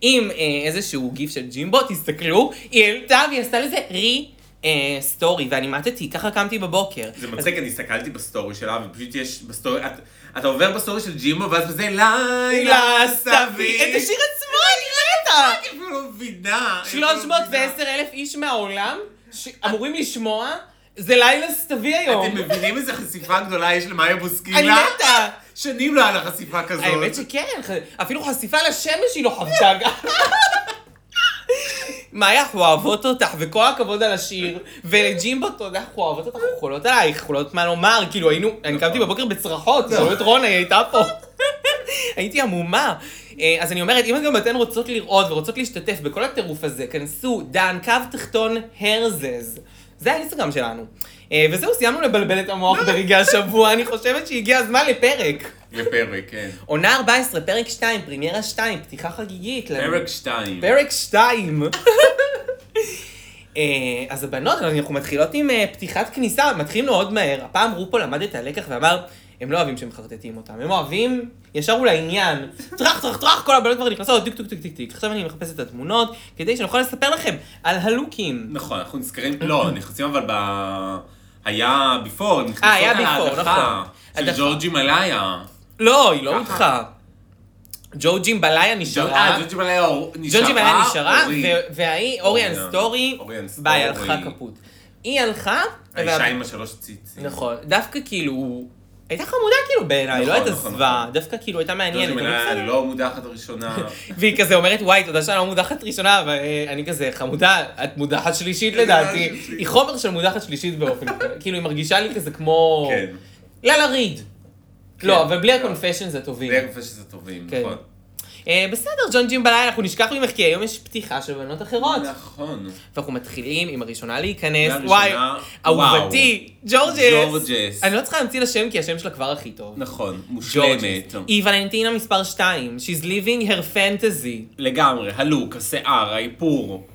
[SPEAKER 2] עם אה, איזשהו גיף של ג'ימבו, תסתכלו, היא העלתה והיא עשתה לזה רי. אה, סטורי, ואני מתתי, ככה קמתי בבוקר.
[SPEAKER 3] זה מצחיק, אני הסתכלתי בסטורי שלה, ופשוט יש בסטורי, את- אתה עובר בסטורי של ג'ימו, ואז בזה לילה
[SPEAKER 2] לה סתווי, את השיר עצמו, אני מתה!
[SPEAKER 3] אני אפילו לא מבינה. אני אפילו לא
[SPEAKER 2] 310 אלף איש מהעולם שאמורים לשמוע, זה לילה סתווי היום.
[SPEAKER 3] אתם מבינים איזה חשיפה גדולה יש למאיה
[SPEAKER 2] אני
[SPEAKER 3] בוסקילה?
[SPEAKER 2] מתה!
[SPEAKER 3] שנים לא היה לה חשיפה כזאת.
[SPEAKER 2] האמת שכן, ח- אפילו חשיפה לשמש היא לא חוותה גם. מאיה, אנחנו אוהבות אותך, וכל הכבוד על השיר, ולג'ימבו, תודה, אנחנו אוהבות אותך, אנחנו חולות עלייך, חולות מה לומר, כאילו היינו, אני קמתי בבוקר בצרחות, תשאלו את רונה, היא הייתה פה. הייתי עמומה. אה, אז אני אומרת, אם גם אתן רוצות לראות ורוצות להשתתף בכל הטירוף הזה, כנסו, דן, קו תחתון, הרזז. זה האינסטגרם שלנו. אה, וזהו, סיימנו לבלבל את המוח ברגעי השבוע, אני חושבת שהגיע הזמן לפרק.
[SPEAKER 3] לפרק, כן.
[SPEAKER 2] עונה 14, פרק 2, פרימיירה 2, פתיחה חגיגית. לנו.
[SPEAKER 3] פרק 2.
[SPEAKER 2] פרק 2. אה, אז הבנות, אנחנו מתחילות עם אה, פתיחת כניסה, מתחילים מאוד מהר. הפעם רופו למד את הלקח ואמר, הם לא אוהבים שמחרטטים אותם, הם אוהבים ישר ולעניין. טראח, טראח, טראח, כל הבנות כבר נכנסות, טיק, טיק, טיק, טיק, טיק. עכשיו אני מחפשת את התמונות, כדי שנוכל לספר לכם על הלוקים.
[SPEAKER 3] נכון, אנחנו נזכרים, לא, נכנסים אבל ב... היה ביפור, הם נכנסות
[SPEAKER 2] אה, היה
[SPEAKER 3] על
[SPEAKER 2] before,
[SPEAKER 3] ההדחה
[SPEAKER 2] נכון.
[SPEAKER 3] של
[SPEAKER 2] הדחה.
[SPEAKER 3] ג'ורג'י מלאיה.
[SPEAKER 2] לא, היא לא
[SPEAKER 3] ככה.
[SPEAKER 2] הודחה. ג'וג'ים בליה
[SPEAKER 3] אה,
[SPEAKER 2] נשארה.
[SPEAKER 3] ג'ורג'י מלאיה אור- נשארה. אה.
[SPEAKER 2] ג'ונג'י מאיה נשארה,
[SPEAKER 3] אורי.
[SPEAKER 2] ו- וההיא, אוריאן
[SPEAKER 3] אוריאן.
[SPEAKER 2] סטורי,
[SPEAKER 3] אוריאן סטורי.
[SPEAKER 2] ביי, הלכה כפות. היא הלכה,
[SPEAKER 3] האישה
[SPEAKER 2] וה-
[SPEAKER 3] עם השלוש ציצים.
[SPEAKER 2] נכון, דווקא כאילו, הייתה חמודה כאילו בעיניי, לא
[SPEAKER 3] נכון,
[SPEAKER 2] הייתה
[SPEAKER 3] נכון,
[SPEAKER 2] זוועה,
[SPEAKER 3] נכון.
[SPEAKER 2] דווקא כאילו הייתה מעניינת,
[SPEAKER 3] ג'ורג'י
[SPEAKER 2] אבל
[SPEAKER 3] מלאיה
[SPEAKER 2] בסדר.
[SPEAKER 3] לא מודחת הראשונה.
[SPEAKER 2] והיא כזה אומרת, וואי, תודה שאני לא מודחת ראשונה, אבל אה, אני כזה, חמודה, את מודחת שלישית
[SPEAKER 3] אני
[SPEAKER 2] לדעתי.
[SPEAKER 3] מודחת שלישית.
[SPEAKER 2] היא חומר של מודחת שלישית באופן, כללי. כאילו, היא מרגישה לי כזה כמו...
[SPEAKER 3] כן.
[SPEAKER 2] לאלה ריד. לא, אבל בלי
[SPEAKER 3] לא.
[SPEAKER 2] הקונפשן זה טובים.
[SPEAKER 3] זה הגופה שזה טובים,
[SPEAKER 2] כן.
[SPEAKER 3] נכון.
[SPEAKER 2] אה, בסדר, ג'ון ג'ים בלילה, אנחנו נשכח ממך, כי היום יש פתיחה של בנות אחרות.
[SPEAKER 3] נכון.
[SPEAKER 2] ואנחנו מתחילים עם הראשונה להיכנס,
[SPEAKER 3] והראשונה,
[SPEAKER 2] וואי,
[SPEAKER 3] וואו.
[SPEAKER 2] אהובתי, ג'ורג'ס.
[SPEAKER 3] ג'ורג'ס.
[SPEAKER 2] אני לא צריכה להמציא לה שם כי השם שלה כבר הכי טוב.
[SPEAKER 3] נכון, מושלמת.
[SPEAKER 2] ג'ורג'ס. היא ולנטינה מספר 2, She's living her fantasy.
[SPEAKER 3] לגמרי, הלוק, השיער, האיפור.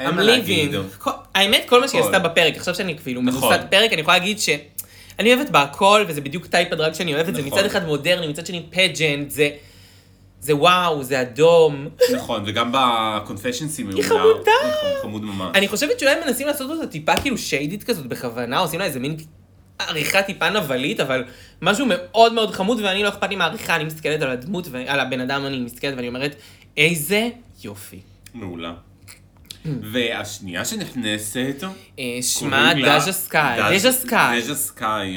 [SPEAKER 3] אין
[SPEAKER 2] I'm
[SPEAKER 3] מה להגיד.
[SPEAKER 2] living. כל- האמת, כל מה שהיא
[SPEAKER 3] הכל.
[SPEAKER 2] עשתה בפרק, עכשיו שאני כאילו
[SPEAKER 3] נכון.
[SPEAKER 2] מבוסת פרק, אני יכולה להגיד ש... אני אוהבת בה הכל, וזה בדיוק טייפ הדרג שאני אוהבת, זה
[SPEAKER 3] נכון.
[SPEAKER 2] מצד אחד מודרני, מצד שני פג'נט, זה... זה וואו, זה אדום.
[SPEAKER 3] נכון, וגם בקונפשנסים היא
[SPEAKER 2] חמודה.
[SPEAKER 3] נכון, חמוד ממש.
[SPEAKER 2] אני חושבת שאולי הם מנסים לעשות אותה טיפה כאילו שיידית כזאת בכוונה, עושים לה איזה מין עריכה טיפה נבלית, אבל משהו מאוד מאוד חמוד, ואני לא אכפת לי מהעריכה, אני מסתכלת על הדמות, ו- על הבן אדם, אני מסתכלת ואני אומרת, איזה יופי.
[SPEAKER 3] מעולה. והשנייה שנכנסת,
[SPEAKER 2] אה, שמה
[SPEAKER 3] קוראים לה
[SPEAKER 2] דז'ה סקאי,
[SPEAKER 3] דז-
[SPEAKER 2] דז'ה סקאי.
[SPEAKER 3] דז'ה סקאי.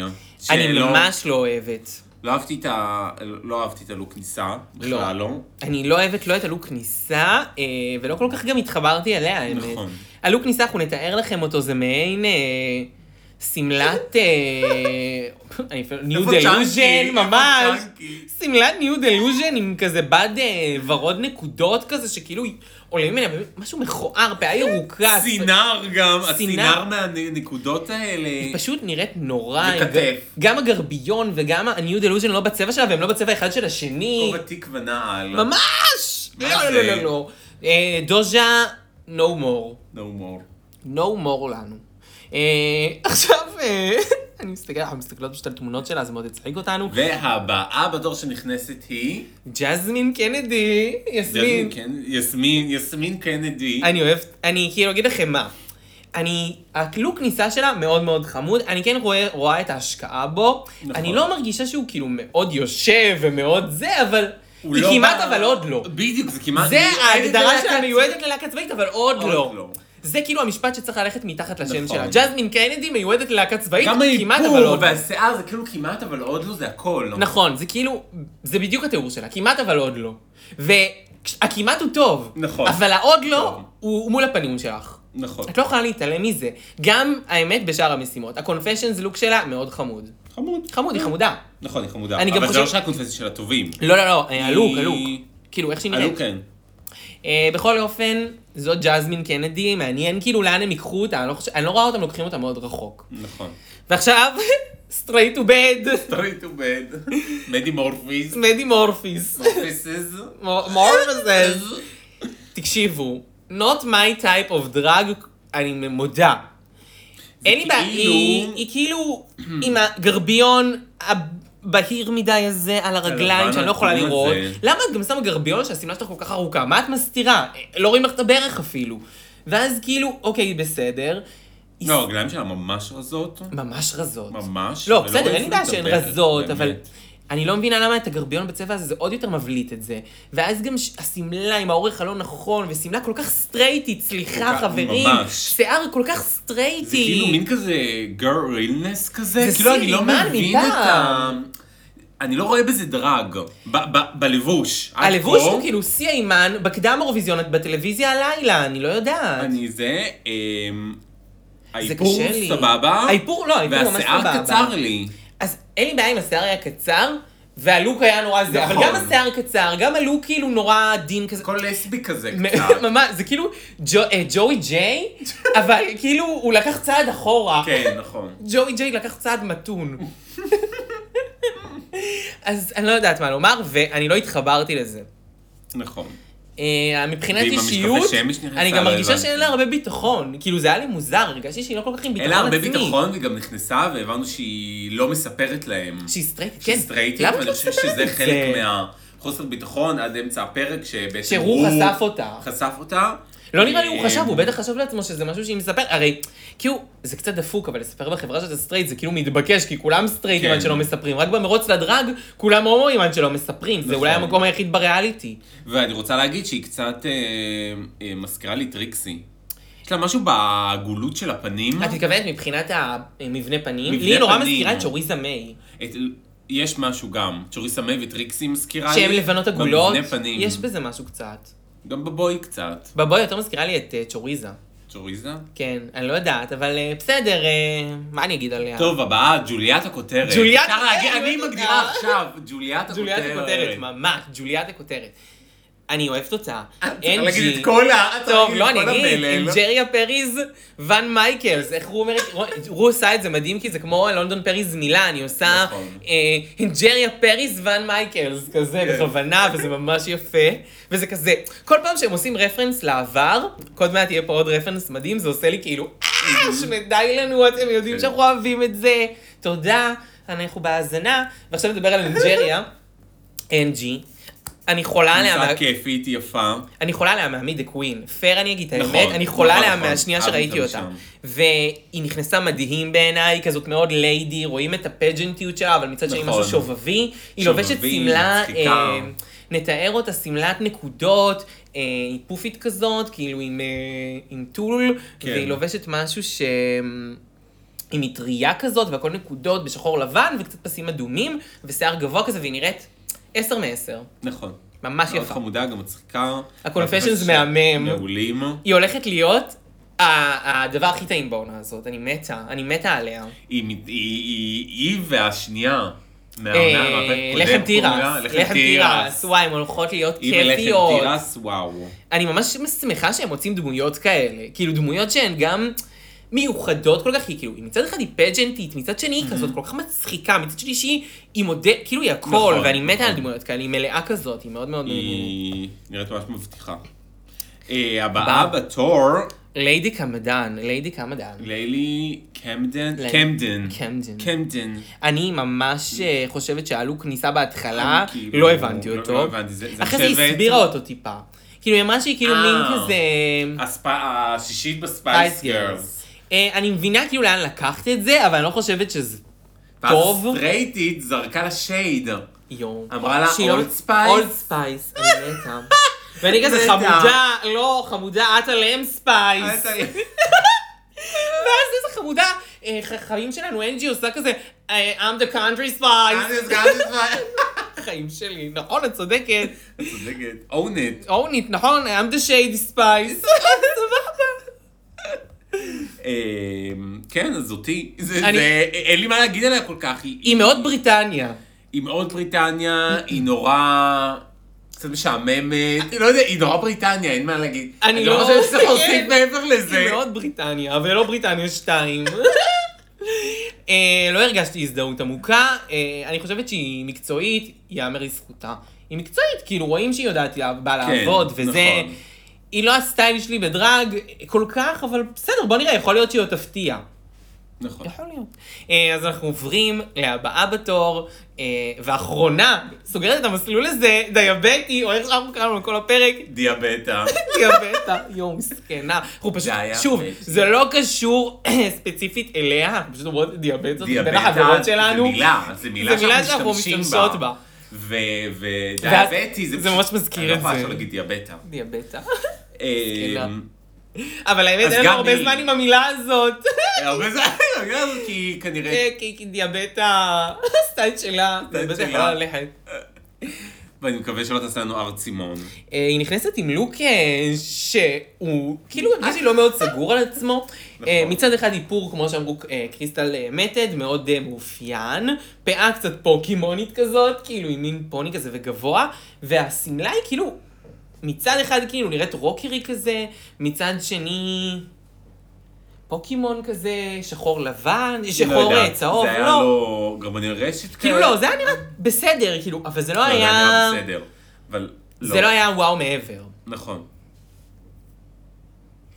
[SPEAKER 2] אני
[SPEAKER 3] שלא-
[SPEAKER 2] ממש לא אוהבת.
[SPEAKER 3] לא אהבתי את ה... לא אהבתי את הלוק כניסה, בכלל לא.
[SPEAKER 2] אני לא אוהבת לא את הלוק כניסה, אה, ולא כל כך גם התחברתי אליה, האמת.
[SPEAKER 3] נכון.
[SPEAKER 2] הלוק כניסה, אנחנו נתאר לכם אותו, זה מעין אה, שמלת אה, אני אפילו- ניו
[SPEAKER 3] איפה צ'אנקי?
[SPEAKER 2] דלוז'ן,
[SPEAKER 3] איפה
[SPEAKER 2] ממש.
[SPEAKER 3] צ'אנקי?
[SPEAKER 2] שמלת ניו דלוז'ן עם כזה בד אה, ורוד נקודות כזה, שכאילו עולה ממנה באמת משהו מכוער, פאה ירוקה.
[SPEAKER 3] סינר גם,
[SPEAKER 2] סינר.
[SPEAKER 3] הסינר מהנקודות האלה.
[SPEAKER 2] היא פשוט נראית נורא. היא
[SPEAKER 3] וכתף.
[SPEAKER 2] גם- גם הגרביון וגם הניו דלוז'ן לא בצבע שלה, והם לא בצבע אחד של השני.
[SPEAKER 3] כובע תיק ונעל.
[SPEAKER 2] ממש!
[SPEAKER 3] מה
[SPEAKER 2] לא,
[SPEAKER 3] זה?
[SPEAKER 2] לא, לא, לא. אה, דוז'ה, no more.
[SPEAKER 3] No more.
[SPEAKER 2] no more לנו. אה, עכשיו, אה, אני מסתכל, אנחנו מסתכלות פשוט על תמונות שלה, זה מאוד הצחיק אותנו.
[SPEAKER 3] והבאה בתור שנכנסת היא...
[SPEAKER 2] ג'זמין קנדי, יסמין.
[SPEAKER 3] יסמין, כן, יסמין, יסמין קנדי.
[SPEAKER 2] אני אוהבת, אני כאילו אגיד לכם מה. אני, הכלוא כניסה שלה מאוד מאוד חמוד, אני כן רואה, רואה את ההשקעה בו.
[SPEAKER 3] נכון.
[SPEAKER 2] אני לא מרגישה שהוא כאילו מאוד יושב ומאוד זה, אבל...
[SPEAKER 3] הוא
[SPEAKER 2] היא
[SPEAKER 3] לא
[SPEAKER 2] כמעט
[SPEAKER 3] בא-
[SPEAKER 2] אבל עוד לא.
[SPEAKER 3] בדיוק, זה כמעט...
[SPEAKER 2] זה
[SPEAKER 3] מיועדת
[SPEAKER 2] ההגדרה
[SPEAKER 3] ללהקה
[SPEAKER 2] שלה מיועדת ללהקה צבאית, אבל עוד
[SPEAKER 3] עוד
[SPEAKER 2] לא.
[SPEAKER 3] לא.
[SPEAKER 2] זה כאילו המשפט שצריך ללכת מתחת לשם
[SPEAKER 3] נכון.
[SPEAKER 2] שלה. ג'זמין קנדי מיועדת ללהקה צבאית,
[SPEAKER 3] גם
[SPEAKER 2] כמעט אבל
[SPEAKER 3] האיפור
[SPEAKER 2] עוד לא.
[SPEAKER 3] והשיער זה כאילו כמעט אבל עוד לא, זה הכל.
[SPEAKER 2] נכון, זה כאילו, זה בדיוק התיאור שלה, כמעט אבל עוד לא. והכמעט הוא טוב.
[SPEAKER 3] נכון.
[SPEAKER 2] אבל העוד לא,
[SPEAKER 3] נכון.
[SPEAKER 2] הוא מול הפנים שלך.
[SPEAKER 3] נכון.
[SPEAKER 2] את לא יכולה להתעלם מזה. גם, האמת, בשאר המשימות. הקונפשיונס לוק שלה מאוד חמוד.
[SPEAKER 3] חמוד.
[SPEAKER 2] חמוד, היא חמודה.
[SPEAKER 3] נכון, היא חמודה.
[SPEAKER 2] אני גם
[SPEAKER 3] אבל זה לא
[SPEAKER 2] חושב-
[SPEAKER 3] רק הקונפסיה של הטובים.
[SPEAKER 2] לא, לא, לא, אה, הלוק,
[SPEAKER 3] היא-
[SPEAKER 2] הלוק. כאילו, איך שהיא
[SPEAKER 3] עלו
[SPEAKER 2] נראית.
[SPEAKER 3] כן.
[SPEAKER 2] אה, בכל אופן, זאת ג'זמין קנדי, מעניין כאילו לאן הם ייקחו אותה, אני לא חושב- אני לא רואה אותם לוקחים אותה מאוד רחוק.
[SPEAKER 3] נכון.
[SPEAKER 2] ועכשיו, straight to bed,
[SPEAKER 3] סטורי טו בד. מדי מורפיס.
[SPEAKER 2] מדי מורפיס.
[SPEAKER 3] מורפיסס.
[SPEAKER 2] מורפיסס. תקשיבו, not my type of drug, אני מודה. אין לי בעיה,
[SPEAKER 3] כאילו-
[SPEAKER 2] היא היא כאילו עם הגרביון הבהיר מדי הזה על הרגליים
[SPEAKER 3] הלבן
[SPEAKER 2] שאני לא יכולה
[SPEAKER 3] העקום
[SPEAKER 2] לראות.
[SPEAKER 3] הזה.
[SPEAKER 2] למה את גם שמה גרביון שהשמלה שלך כל כך ארוכה? מה את מסתירה? לא רואים לך את הברך אפילו. ואז כאילו, אוקיי, בסדר. היא
[SPEAKER 3] לא, הרגליים שלה ממש רזות.
[SPEAKER 2] ממש רזות.
[SPEAKER 3] ממש.
[SPEAKER 2] לא,
[SPEAKER 3] ולא
[SPEAKER 2] בסדר, אין לי
[SPEAKER 3] רואים
[SPEAKER 2] בעיה
[SPEAKER 3] את
[SPEAKER 2] שהן
[SPEAKER 3] הברך,
[SPEAKER 2] רזות, אבל...
[SPEAKER 3] באמת.
[SPEAKER 2] אני לא מבינה למה את הגרביון בצבע הזה, זה עוד יותר מבליט את זה. ואז גם ש- השמלה עם האורך הלא נכון, ושמלה כל כך סטרייטית, סליחה
[SPEAKER 3] כל כך-
[SPEAKER 2] חברים.
[SPEAKER 3] ממש.
[SPEAKER 2] שיער כל כך סטרייטי.
[SPEAKER 3] זה כאילו מין כזה girl realness כזה,
[SPEAKER 2] זה
[SPEAKER 3] כאילו אני לא
[SPEAKER 2] סילימן
[SPEAKER 3] מבין את ה...
[SPEAKER 2] מפעם.
[SPEAKER 3] אני לא רואה בזה דרג, ב- ב- בלבוש. עד
[SPEAKER 2] הלבוש
[SPEAKER 3] כה,
[SPEAKER 2] הוא כאילו שיא הימן בקדם אירוויזיון בטלוויזיה הלילה, אני לא יודעת.
[SPEAKER 3] אני זה, אמ,
[SPEAKER 2] זה
[SPEAKER 3] האיפור
[SPEAKER 2] קשה לי.
[SPEAKER 3] סבבה,
[SPEAKER 2] האיפור- לא, האיפור ממש סבבה.
[SPEAKER 3] והשיער קצר לי.
[SPEAKER 2] אז אין לי בעיה אם השיער היה קצר, והלוק היה נורא זה, אבל
[SPEAKER 3] נכון.
[SPEAKER 2] גם השיער קצר, גם הלוק כאילו נורא עדין כזה.
[SPEAKER 3] כל לסבי כזה קצת.
[SPEAKER 2] ממש, זה כאילו ג'ו- אה, ג'וי ג'יי, אבל כאילו הוא לקח צעד אחורה.
[SPEAKER 3] כן, נכון.
[SPEAKER 2] ג'וי ג'יי לקח צעד מתון. אז אני לא יודעת מה לומר, ואני לא התחברתי לזה.
[SPEAKER 3] נכון.
[SPEAKER 2] אה, מבחינת
[SPEAKER 3] ועם המשקפי
[SPEAKER 2] אישיות,
[SPEAKER 3] שמש אה, לא נכנסה
[SPEAKER 2] אני גם מרגישה
[SPEAKER 3] ללבן.
[SPEAKER 2] שאין לה הרבה ביטחון. כאילו זה היה לי מוזר, הרגשתי שהיא לא כל כך עם
[SPEAKER 3] אין
[SPEAKER 2] ביטחון
[SPEAKER 3] לה
[SPEAKER 2] עצמי.
[SPEAKER 3] הרבה ביטחון, והיא גם נכנסה, והבנו שהיא לא מספרת להם.
[SPEAKER 2] שהיא סטרייטית, כן.
[SPEAKER 3] שהיא סטרייטית,
[SPEAKER 2] למה את
[SPEAKER 3] ואני
[SPEAKER 2] לא
[SPEAKER 3] חושב
[SPEAKER 2] מספרת
[SPEAKER 3] שזה
[SPEAKER 2] את זה?
[SPEAKER 3] חלק מהחוסר ביטחון עד אמצע הפרק, שבעצם
[SPEAKER 2] שרו חשף אותה.
[SPEAKER 3] חשף אותה.
[SPEAKER 2] לא נראה לי הוא
[SPEAKER 3] אה,
[SPEAKER 2] חשב, הוא בטח חשב לעצמו שזה משהו שהיא מספרת, הרי כאילו, זה קצת דפוק, אבל לספר בחברה שאתה סטרייט זה כאילו מתבקש, כי כולם סטרייטים
[SPEAKER 3] כן.
[SPEAKER 2] עד שלא מספרים, רק במרוץ לדרג, כולם הומואים עד שלא מספרים, זה
[SPEAKER 3] נכון. אה,
[SPEAKER 2] אולי המקום היחיד בריאליטי.
[SPEAKER 3] ואני רוצה להגיד שהיא קצת אה, אה, מזכירה לי טריקסי. יש לה משהו בעגולות של הפנים.
[SPEAKER 2] את מתכוונת מבחינת המבנה פנים?
[SPEAKER 3] מבנה
[SPEAKER 2] לי היא נורא
[SPEAKER 3] פנים.
[SPEAKER 2] מזכירה את שוריזה מיי.
[SPEAKER 3] את- יש משהו גם. צ'וריסה מיי וטריקסי מזכירה אה, לי.
[SPEAKER 2] שהן לבנות עגולות,
[SPEAKER 3] במבנה פנים.
[SPEAKER 2] יש בזה משהו קצת.
[SPEAKER 3] גם בבוי קצת.
[SPEAKER 2] בבוי יותר מזכירה לי את אה, צ'וריזה.
[SPEAKER 3] צ'וריזה?
[SPEAKER 2] כן, אני לא יודעת, אבל אה, בסדר, אה, מה אני אגיד עליה?
[SPEAKER 3] טוב, הבאה, ג'וליית הכותרת.
[SPEAKER 2] ג'וליית
[SPEAKER 3] אפשר להגיד,
[SPEAKER 2] אה, הכותרת,
[SPEAKER 3] אני
[SPEAKER 2] אני
[SPEAKER 3] מגדירה
[SPEAKER 2] יודעת.
[SPEAKER 3] עכשיו, ג'וליית הכותרת.
[SPEAKER 2] ג'וליית הכותרת, ממש, ג'וליית הכותרת. אני אוהבת אותה.
[SPEAKER 3] את צריכה
[SPEAKER 2] אנג'י.
[SPEAKER 3] אה, להגיד את כל ה... את צריכה
[SPEAKER 2] טוב,
[SPEAKER 3] להגיד
[SPEAKER 2] לא,
[SPEAKER 3] את
[SPEAKER 2] אני
[SPEAKER 3] כאילו, כל
[SPEAKER 2] אגיד,
[SPEAKER 3] המלל.
[SPEAKER 2] עם ג'ריה פריז, ון מייקלס, איך הוא אומר, הוא עושה את זה מדהים, כי זה כמו לונדון פריז מילה, אני עושה
[SPEAKER 3] נכון.
[SPEAKER 2] אה, עם ג'ריה פריז, ון מייקלס, כזה,
[SPEAKER 3] כן.
[SPEAKER 2] בכוונה, וזה ממש יפה, וזה כזה, כל פעם שהם עושים רפרנס לעבר, עוד מעט יהיה פה עוד רפרנס מדהים, זה עושה לי כאילו, אה, שמדי לנו, אתם יודעים
[SPEAKER 3] כן.
[SPEAKER 2] שאנחנו אוהבים את זה, תודה, אנחנו בהאזנה, ועכשיו נדבר על ג'ריה, אנג'י. אני חולה עליה,
[SPEAKER 3] קבוצה
[SPEAKER 2] מה-
[SPEAKER 3] כיפית, יפה.
[SPEAKER 2] אני חולה עליה מעמי דה קווין, פייר אני אגיד את
[SPEAKER 3] נכון,
[SPEAKER 2] האמת, אני חולה
[SPEAKER 3] נכון,
[SPEAKER 2] עליה
[SPEAKER 3] נכון.
[SPEAKER 2] מהשנייה
[SPEAKER 3] אהבתי
[SPEAKER 2] שראיתי
[SPEAKER 3] אותה
[SPEAKER 2] אותה. והיא נכנסה מדהים בעיניי, היא כזאת מאוד ליידי, רואים את הפג'נטיות שלה, אבל מצד שני
[SPEAKER 3] נכון.
[SPEAKER 2] משהו שובבי. היא
[SPEAKER 3] שובבי,
[SPEAKER 2] לובשת שמלה,
[SPEAKER 3] מצחיקה.
[SPEAKER 2] אה, נתאר אותה שמלת נקודות, אה, היא פופית כזאת, כאילו עם, אה, עם טול,
[SPEAKER 3] כן.
[SPEAKER 2] והיא לובשת משהו ש... אה, עם מטריה כזאת, והכל נקודות בשחור לבן, וקצת פסים אדומים, ושיער גבוה כזה, והיא נראית עשר מעשר.
[SPEAKER 3] נכון.
[SPEAKER 2] ממש
[SPEAKER 3] מאוד
[SPEAKER 2] יפה.
[SPEAKER 3] חמודה, גם מצחיקה.
[SPEAKER 2] ה-confessions
[SPEAKER 3] ש-
[SPEAKER 2] מהמם.
[SPEAKER 3] מעולים.
[SPEAKER 2] היא הולכת להיות ה- הדבר הכי טעים בעונה הזאת, אני מתה, אני מתה עליה.
[SPEAKER 3] היא מת- היא- היא היא והשנייה. מהעונה
[SPEAKER 2] אה,
[SPEAKER 3] הקודמת,
[SPEAKER 2] לחם
[SPEAKER 3] קוראים לה?
[SPEAKER 2] תירס,
[SPEAKER 3] לחם תירס.
[SPEAKER 2] וואי, הן הולכות להיות
[SPEAKER 3] היא ולחם
[SPEAKER 2] כיפיות.
[SPEAKER 3] תירס, וואו.
[SPEAKER 2] אני ממש שמחה שהם מוצאים דמויות כאלה. כאילו, דמויות שהן גם מיוחדות כל כך, היא כאילו, היא מצד אחד היא פג'נטית, מצד שני
[SPEAKER 3] Mm-hmm.
[SPEAKER 2] היא כזאת כל כך מצחיקה, מצד שני שהיא, היא מודה, כאילו היא הכל,
[SPEAKER 3] נכון,
[SPEAKER 2] ואני מתה על
[SPEAKER 3] נכון.
[SPEAKER 2] דמויות כאלה, היא מלאה כזאת, היא מאוד מאוד...
[SPEAKER 3] היא נראית ממש מבטיחה. אה, הבאה בתור,
[SPEAKER 2] ליידי קמדן, ליידי קמדן.
[SPEAKER 3] לילי קמדן.
[SPEAKER 2] לילי-
[SPEAKER 3] קמדן.
[SPEAKER 2] קמדן. אה?
[SPEAKER 3] קמדן.
[SPEAKER 2] אני ממש אה, חושבת שהיה לו כניסה בהתחלה,
[SPEAKER 3] אני כאילו-
[SPEAKER 2] לא הבנתי
[SPEAKER 3] לא-
[SPEAKER 2] אותו.
[SPEAKER 3] לא הבנתי, זה- זה
[SPEAKER 2] אחרי זה היא
[SPEAKER 3] שבט.
[SPEAKER 2] הסבירה אותו טיפה. כאילו, היא אמרה שהיא כאילו
[SPEAKER 3] אה.
[SPEAKER 2] מין כזה...
[SPEAKER 3] הספ- השישית
[SPEAKER 2] Spice
[SPEAKER 3] בספייס גרס.
[SPEAKER 2] Girls. אה, אני מבינה כאילו לאן לקחת את זה, אבל אני לא חושבת שזה טוב.
[SPEAKER 3] ואז סטרייטית זרקה לה שייד.
[SPEAKER 2] יום.
[SPEAKER 3] אמרה לה, "Old Spice?"
[SPEAKER 2] אולד ספייס, לא- אני מתה. ואני כזה
[SPEAKER 3] מתה.
[SPEAKER 2] חמודה, לא, חמודה, את עליהם ספייס. ואז איזה חמודה, אה, ח- חיים שלנו, אנג'י עושה כזה, אה, I'm the country spice. חיים שלי, נכון, את צודקת.
[SPEAKER 3] צודקת. own it.
[SPEAKER 2] אורנית, נכון, I'm the shady spice.
[SPEAKER 3] אמ, כן, אז אותי. זה-
[SPEAKER 2] אני-
[SPEAKER 3] זה- אין לי מה להגיד עליה כל כך.
[SPEAKER 2] היא מאוד בריטניה.
[SPEAKER 3] היא מאוד בריטניה, היא נורא... קצת משעממת, לא יודע, היא נורא בריטניה, אין מה להגיד.
[SPEAKER 2] אני לא-
[SPEAKER 3] חושבת שצריך להוסיף
[SPEAKER 2] כן.
[SPEAKER 3] מעבר
[SPEAKER 2] היא
[SPEAKER 3] לזה.
[SPEAKER 2] מאוד בריטניה, ולא בריטניה 2. לא הרגשתי הזדהות עמוקה, אה, אני חושבת שהיא מקצועית, יאמר לזכותה. היא מקצועית, כאילו רואים שהיא יודעת לה- באה
[SPEAKER 3] כן,
[SPEAKER 2] לעבוד, וזה...
[SPEAKER 3] נכון.
[SPEAKER 2] היא לא הסטייל שלי בדרג כל כך, אבל בסדר, בוא נראה, יכול להיות שהיא עוד תפתיע.
[SPEAKER 3] נכון.
[SPEAKER 2] יכול להיות. אה, אז אנחנו עוברים להבאה בתור, אה, ואחרונה, סוגרת את המסלול הזה, דיאבטי, או איך שאנחנו קראנו לו כל הפרק,
[SPEAKER 3] דיאבטה.
[SPEAKER 2] דיאבטה, יואו, מסכנה. אנחנו פשוט,
[SPEAKER 3] זה היה
[SPEAKER 2] שוב,
[SPEAKER 3] פשע.
[SPEAKER 2] זה לא קשור ספציפית אליה, אנחנו פשוט אומרות דיאבטות בין
[SPEAKER 3] דיאבטה
[SPEAKER 2] החברות
[SPEAKER 3] זה
[SPEAKER 2] שלנו.
[SPEAKER 3] מילה, זה
[SPEAKER 2] זה מילה
[SPEAKER 3] מילה שאנחנו משתמשות בה. ו... ו-
[SPEAKER 2] ואז-
[SPEAKER 3] דיאבטי זה
[SPEAKER 2] זה
[SPEAKER 3] פשוט-
[SPEAKER 2] ממש מזכיר את
[SPEAKER 3] אני לא יכולה
[SPEAKER 2] זה.
[SPEAKER 3] עכשיו להגיד דיאבטה.
[SPEAKER 2] דיאבטה.
[SPEAKER 3] אמ,
[SPEAKER 2] אבל האמת,
[SPEAKER 3] אז
[SPEAKER 2] אין לנו
[SPEAKER 3] גם
[SPEAKER 2] הרבה
[SPEAKER 3] היא-
[SPEAKER 2] זמן עם המילה הזאת.
[SPEAKER 3] הרבה זה... המילה הזאת כי היא כנראה...
[SPEAKER 2] אה, כי כי דיאבטה, הסטייל שלה,
[SPEAKER 3] הסטייל
[SPEAKER 2] דיאבטה
[SPEAKER 3] כן. שלה.
[SPEAKER 2] יכולה ללכת.
[SPEAKER 3] ואני מקווה שלא תעשה לנו הר צימון.
[SPEAKER 2] אה, היא נכנסת עם לוק אה, שהוא כאילו הרגיש לי לא מאוד סגור על עצמו. אה,
[SPEAKER 3] נכון.
[SPEAKER 2] מצד אחד איפור, כמו שאמרו, אה, קריסטל אה, מתד, מאוד אה, מאופיין. פאה קצת פוקימונית כזאת, כאילו עם מין פוני כזה וגבוה. והשמלה היא כאילו, מצד אחד כאילו נראית רוקרי כזה, מצד שני... פוקימון כזה, שחור לבן, שחור
[SPEAKER 3] לא
[SPEAKER 2] אה,
[SPEAKER 3] יודע,
[SPEAKER 2] צהוב,
[SPEAKER 3] זה היה
[SPEAKER 2] לא.
[SPEAKER 3] לו גרמני רשת
[SPEAKER 2] כאילו לא, זה היה נראה בסדר, כאילו, אבל זה לא
[SPEAKER 3] לא, זה
[SPEAKER 2] היה...
[SPEAKER 3] היה בסדר. אבל...
[SPEAKER 2] זה לא היה וואו מעבר.
[SPEAKER 3] נכון.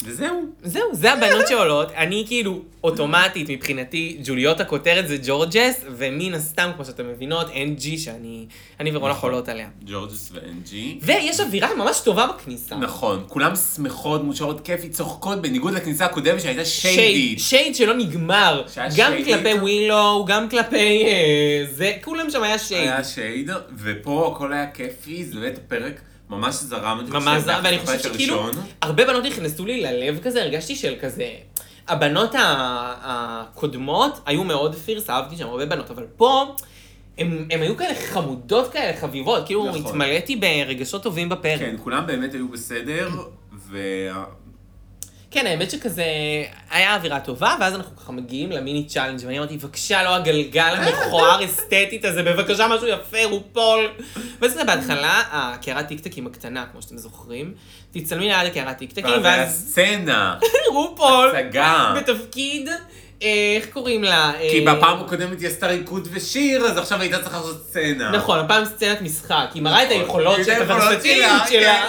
[SPEAKER 3] וזהו.
[SPEAKER 2] זהו, זה הבנות שעולות. אני כאילו, אוטומטית, מבחינתי, ג'וליות הכותרת זה ג'ורג'ס, ומן הסתם, כמו שאתם מבינות, NG שאני, אני ורונה
[SPEAKER 3] נכון.
[SPEAKER 2] חולות עליה.
[SPEAKER 3] ג'ורג'ס ואנג'י.
[SPEAKER 2] ויש אווירה ממש טובה בכניסה.
[SPEAKER 3] נכון, כולם שמחות, מאושרות, כיפית, צוחקות, בניגוד לכניסה הקודמת שהייתה
[SPEAKER 2] שייד,
[SPEAKER 3] שיידית.
[SPEAKER 2] שייד שלא נגמר,
[SPEAKER 3] שהיה
[SPEAKER 2] גם
[SPEAKER 3] שיידית?
[SPEAKER 2] כלפי ווילו, גם כלפי אה, זה, כולם שם היה שייד.
[SPEAKER 3] היה שייד, ופה הכל היה כיפי, זה באמת הפרק ממש זרם, אני
[SPEAKER 2] ממש
[SPEAKER 3] חושב,
[SPEAKER 2] זה, ואני
[SPEAKER 3] הפרק
[SPEAKER 2] חושבת שכאילו,
[SPEAKER 3] הראשון.
[SPEAKER 2] הרבה בנות נכנסו לי ללב כזה, הרגשתי של כזה, הבנות ה- הקודמות היו מאוד פירס, אהבתי שם הרבה בנות, אבל פה, הם, הם היו כאלה חמודות כאלה, חביבות, כאילו
[SPEAKER 3] נכון.
[SPEAKER 2] התמלאתי ברגשות טובים בפרק. כן.
[SPEAKER 3] כן, כולם באמת היו בסדר, וכן,
[SPEAKER 2] כן, האמת שכזה, היה אווירה טובה, ואז אנחנו ככה מגיעים למיני צ'אלנג' ואני אמרתי, בבקשה, לא הגלגל המכוער אסתטית הזה, בבקשה, משהו יפה, רופול. ואז כזה בהתחלה, הקערת טיקטקים הקטנה, כמו שאתם זוכרים, תצלמי ליד הקערת טיקטקים,
[SPEAKER 3] היה
[SPEAKER 2] כן, ואז...
[SPEAKER 3] סצנה,
[SPEAKER 2] רופול,
[SPEAKER 3] הצגה.
[SPEAKER 2] בתפקיד, אה, איך קוראים לה? אה,
[SPEAKER 3] כי בפעם הקודמת היא עשתה ריקוד ושיר, אז עכשיו הייתה צריכה לעשות סצנה. נכון.
[SPEAKER 2] נכון, הפעם סצנת משחק, היא מראה את היכולות
[SPEAKER 3] את
[SPEAKER 2] שלה, את
[SPEAKER 3] היכולות
[SPEAKER 2] הוורסטיליות שלה.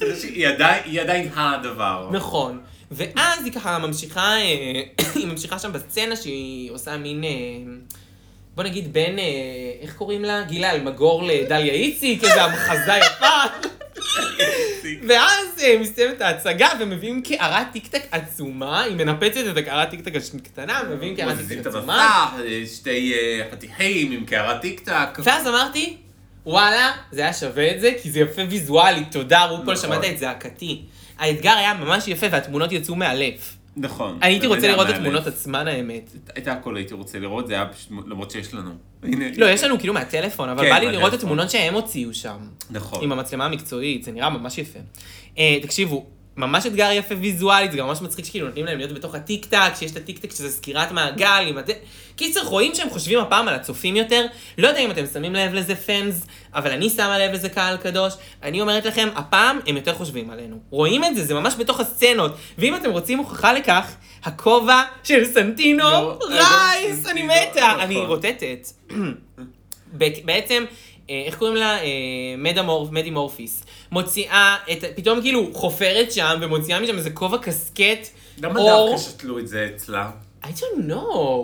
[SPEAKER 3] כן. היא עדיין- היא עדיין הדבר.
[SPEAKER 2] נכון. ואז היא ככה ממשיכה, אה, היא ממשיכה שם בסצנה שהיא עושה מין, אה, בוא נגיד בין, אה, איך קוראים לה? גילה אלמגור לדליה איציק, איזו המחזה יפה. ואז אה, מסתיימת ההצגה ומביאים קערת טיקטק עצומה, היא מנפצת את הקערת טיקטק הקטנה, מביאים קערת
[SPEAKER 3] מזיזים את
[SPEAKER 2] טיקטק כן, עצומה.
[SPEAKER 3] המסך, אה, שתי אה, חתיכים עם קערת טיק טק.
[SPEAKER 2] ואז אמרתי, וואלה, זה היה שווה את זה, כי זה יפה ויזואלית, תודה רופול,
[SPEAKER 3] נכון.
[SPEAKER 2] שמעת את זעקתי. האתגר היה ממש יפה והתמונות יצאו מאלף.
[SPEAKER 3] נכון.
[SPEAKER 2] אני הייתי
[SPEAKER 3] זה
[SPEAKER 2] רוצה
[SPEAKER 3] היה
[SPEAKER 2] לראות את
[SPEAKER 3] מאלף.
[SPEAKER 2] התמונות עצמן האמת.
[SPEAKER 3] את הכל הייתי רוצה לראות, זה היה פשוט, למרות שיש לנו. הנה.
[SPEAKER 2] לא, יש לנו כאילו מהטלפון, אבל
[SPEAKER 3] כן,
[SPEAKER 2] בא לי לראות את
[SPEAKER 3] מהטלפון.
[SPEAKER 2] התמונות שהם הוציאו שם.
[SPEAKER 3] נכון.
[SPEAKER 2] עם המצלמה המקצועית, זה נראה ממש יפה. אה, תקשיבו, ממש אתגר יפה ויזואלית, זה גם ממש מצחיק שכאילו נותנים להם להיות בתוך הטיק טק, שיש את הטיק טק שזה סקירת מעגל, עם הת... קיצר, רואים שהם חושבים הפעם על הצופים יותר, לא יודע אם אתם שמים לב לזה פאנס, אבל אני שמה לב לזה קהל קדוש, אני אומרת לכם, הפעם הם יותר חושבים עלינו. רואים את זה, זה ממש בתוך הסצנות, ואם אתם רוצים הוכחה לכך, הכובע של סנטינו
[SPEAKER 3] לא,
[SPEAKER 2] רייס,
[SPEAKER 3] סנטינו,
[SPEAKER 2] אני מתה,
[SPEAKER 3] נכון.
[SPEAKER 2] אני רוטטת. ב- בעצם, אה, איך קוראים לה? אה, מדה מור, מדי מורפיס. מוציאה את, פתאום כאילו חופרת שם ומוציאה משם איזה כובע קסקט.
[SPEAKER 3] למה
[SPEAKER 2] אור.
[SPEAKER 3] דווקא שתלו את זה אצלה?
[SPEAKER 2] I don't know.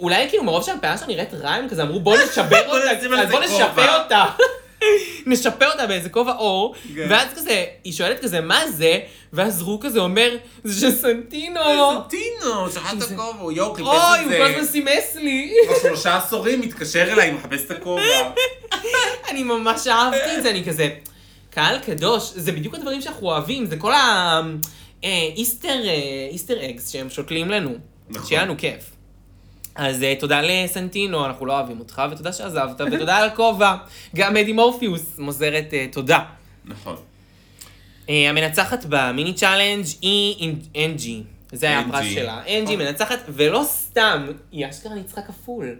[SPEAKER 2] אולי כאילו מרוב שהפאה שלה נראית רע, הם כזה אמרו בוא נשבר
[SPEAKER 3] בוא נשים על
[SPEAKER 2] אותה,
[SPEAKER 3] זה
[SPEAKER 2] בוא
[SPEAKER 3] כובע."
[SPEAKER 2] נשפה אותה. נשפה אותה באיזה כובע עור,
[SPEAKER 3] כן.
[SPEAKER 2] ואז כזה, היא שואלת כזה, מה זה? ואז רו כזה אומר, זה של סנטינו.
[SPEAKER 3] טינו, שחט את הכובע, הוא יואו, חיפש
[SPEAKER 2] אוי,
[SPEAKER 3] את
[SPEAKER 2] הוא כל הזמן
[SPEAKER 3] זה.
[SPEAKER 2] סימס לי.
[SPEAKER 3] כבר שלושה עשורים מתקשר אליי, מחפש את הכובע.
[SPEAKER 2] אני ממש אהבתי את זה, אני כזה, קהל קדוש, זה בדיוק הדברים שאנחנו אוהבים, זה כל ה... אה, איסטר, אה, איסטר אגס שהם שותלים לנו.
[SPEAKER 3] נכון.
[SPEAKER 2] שיהיה לנו כיף. אז אה, תודה לסנטינו, אנחנו לא אוהבים אותך, ותודה שעזבת, ותודה על הכובע. גם מדי מורפיוס מוסרת אה, תודה.
[SPEAKER 3] נכון.
[SPEAKER 2] אה, המנצחת במיני צ'אלנג' היא אנג'י. זה היה
[SPEAKER 3] NG.
[SPEAKER 2] הפרס שלה. אנג'י
[SPEAKER 3] אוקיי.
[SPEAKER 2] מנצחת, ולא סתם, היא אשכרה ניצחה כפול.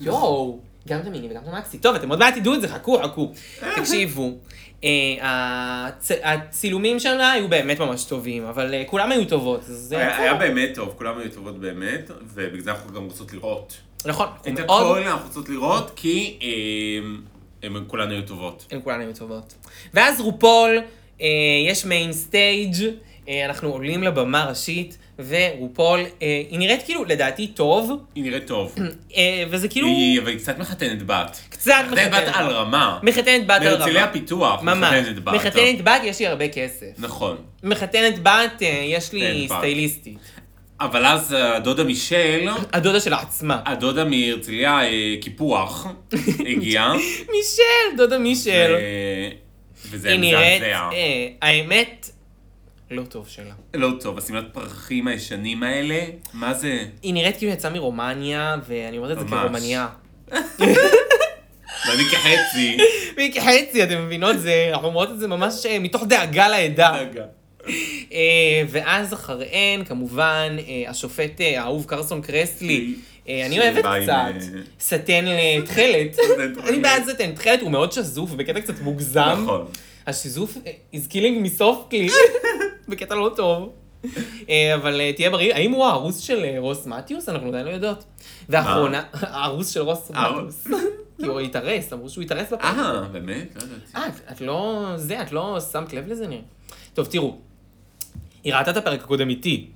[SPEAKER 2] יואו, גם את המיני וגם את המקסי. טוב, אתם עוד מעט תדעו את זה, חכו, חכו. תקשיבו, אה, הצ- הצילומים שלה היו באמת ממש טובים, אבל אה, כולם היו טובות. אז זה
[SPEAKER 3] היה
[SPEAKER 2] יפה.
[SPEAKER 3] היה באמת טוב, כולם היו טובות באמת, ובגלל זה אנחנו גם רוצות לראות.
[SPEAKER 2] נכון,
[SPEAKER 3] את
[SPEAKER 2] אנחנו מאוד...
[SPEAKER 3] הכל אנחנו רוצות לראות, כי אמ, הם כולן היו טובות.
[SPEAKER 2] הן כולן היו טובות. ואז רופול, אה, יש מיין סטייג', אה, אנחנו עולים לבמה ראשית, ורופול, אה, היא נראית כאילו, לדעתי, טוב.
[SPEAKER 3] היא נראית טוב.
[SPEAKER 2] אה, וזה כאילו
[SPEAKER 3] היא, אבל היא קצת מחתנת בת.
[SPEAKER 2] קצת
[SPEAKER 3] מחתנת בת
[SPEAKER 2] מחתנת.
[SPEAKER 3] על רמה.
[SPEAKER 2] מחתנת בת על
[SPEAKER 3] מהרצליה
[SPEAKER 2] רמה.
[SPEAKER 3] פיתוח,
[SPEAKER 2] ממש.
[SPEAKER 3] מחתנת בת. לא.
[SPEAKER 2] מחתנת בת יש לי הרבה כסף.
[SPEAKER 3] נכון.
[SPEAKER 2] מחתנת בת אה, יש לי
[SPEAKER 3] מחתנת בת.
[SPEAKER 2] סטייליסטית.
[SPEAKER 3] אבל אז הדודה מישל,
[SPEAKER 2] הדודה של עצמה.
[SPEAKER 3] הדודה מהרצליה אה, קיפוח, הגיעה.
[SPEAKER 2] מישל, דודה מישל.
[SPEAKER 3] ו- וזה
[SPEAKER 2] היא נראית,
[SPEAKER 3] מזעזע.
[SPEAKER 2] אה, האמת, לא טוב שלה.
[SPEAKER 3] לא טוב, השמלת פרחים הישנים האלה, מה זה?
[SPEAKER 2] היא נראית כאילו יצאה מרומניה, ואני אומרת את זה
[SPEAKER 3] ממש.
[SPEAKER 2] כרומניה.
[SPEAKER 3] ואני כחצי.
[SPEAKER 2] והיא כחצי, אתם מבינות? זה, אנחנו אומרות את זה ממש אה, מתוך דאגה לעדה. אה, ואז אחריהן, כמובן, אה, השופט אה, האהוב קרסון קרסלי, אה, אני
[SPEAKER 3] שבא
[SPEAKER 2] אוהבת
[SPEAKER 3] עם,
[SPEAKER 2] קצת,
[SPEAKER 3] אה,
[SPEAKER 2] סטן לתכלת.
[SPEAKER 3] סטן תכלת.
[SPEAKER 2] אני בעד סטן תכלת, הוא מאוד שזוף, בקטע קצת מוגזם.
[SPEAKER 3] נכון.
[SPEAKER 2] השיזוף אה, is killing me softly, בקטע לא טוב. אה, אבל אה, תהיה בריא, האם הוא הערוס של אה, רוס מתיוס? אנחנו עדיין לא יודעות. ואחרונה, הערוס של רוס
[SPEAKER 3] הערוס.
[SPEAKER 2] מתיוס. כי הוא התארס, אמרו שהוא התארס בפעם.
[SPEAKER 3] אה, באמת? לא יודעת.
[SPEAKER 2] אה, את- את לא... זה, את לא שמת לב לזה נראה. טוב, תראו. היא ראתה את הפרק הקודם איתי.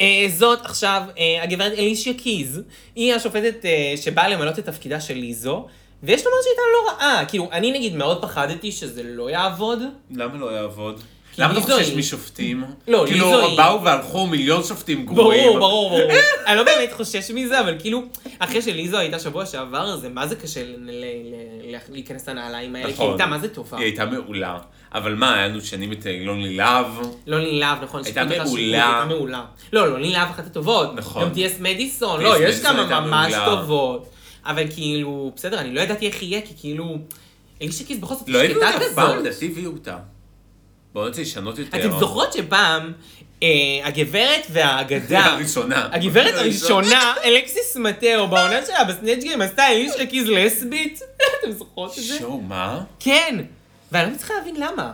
[SPEAKER 2] אה, זאת עכשיו אה, הגברת אלישיה קיז, היא השופטת אה, שבאה למלא את תפקידה של ליזו, ויש לומר שהיא הייתה לא רעה. כאילו, אני נגיד מאוד פחדתי שזה לא יעבוד.
[SPEAKER 3] למה לא יעבוד?
[SPEAKER 2] כי
[SPEAKER 3] למה אתה
[SPEAKER 2] ליזו
[SPEAKER 3] חושש
[SPEAKER 2] היא-
[SPEAKER 3] משופטים?
[SPEAKER 2] לא, ליזו
[SPEAKER 3] כאילו,
[SPEAKER 2] היא-
[SPEAKER 3] באו והלכו מיליון שופטים גרועים.
[SPEAKER 2] ברור, ברור, ברור. אני לא באמת חושש מזה, אבל כאילו, אחרי שליזו הייתה שבוע שעבר, זה מה זה קשה ל- ל- ל- ל- להיכנס לנעליים האלה, כי היא
[SPEAKER 3] נכון.
[SPEAKER 2] הייתה מה זה טובה.
[SPEAKER 3] היא הייתה מעולה. אבל מה, היה לנו שנים את אילון לילב.
[SPEAKER 2] לא לילב, נכון,
[SPEAKER 3] הייתה
[SPEAKER 2] שפתאום
[SPEAKER 3] מעולה.
[SPEAKER 2] שיפוט, הייתה מעולה. לא, לא לילב אחת הטובות.
[SPEAKER 3] נכון.
[SPEAKER 2] גם טי.אס מדיסון,
[SPEAKER 3] T.S.
[SPEAKER 2] לא, יש
[SPEAKER 3] מדיסון
[SPEAKER 2] כמה
[SPEAKER 3] הייתה
[SPEAKER 2] ממש
[SPEAKER 3] מעולה.
[SPEAKER 2] טובות. אבל כאילו, בסדר, אני לא ידעתי איך יהיה, כי כאילו, אלישע קיס בכל זאת
[SPEAKER 3] לא הביאו
[SPEAKER 2] שקטה
[SPEAKER 3] אותה אף פעם, לדעתי הביאו אותה. בואו נצא לשנות יותר.
[SPEAKER 2] אתם זוכרות שפעם, אה, הגברת והאגדה,
[SPEAKER 3] הראשונה.
[SPEAKER 2] הגברת הראשונה, אלכסיס מטאו, בעונה שלה בסנאצ' גיים, עשתה אלישע קיס לסבית? אתם זוכרות את זה?
[SPEAKER 3] שואו, מה?
[SPEAKER 2] כן! ואני לא מצליחה להבין למה.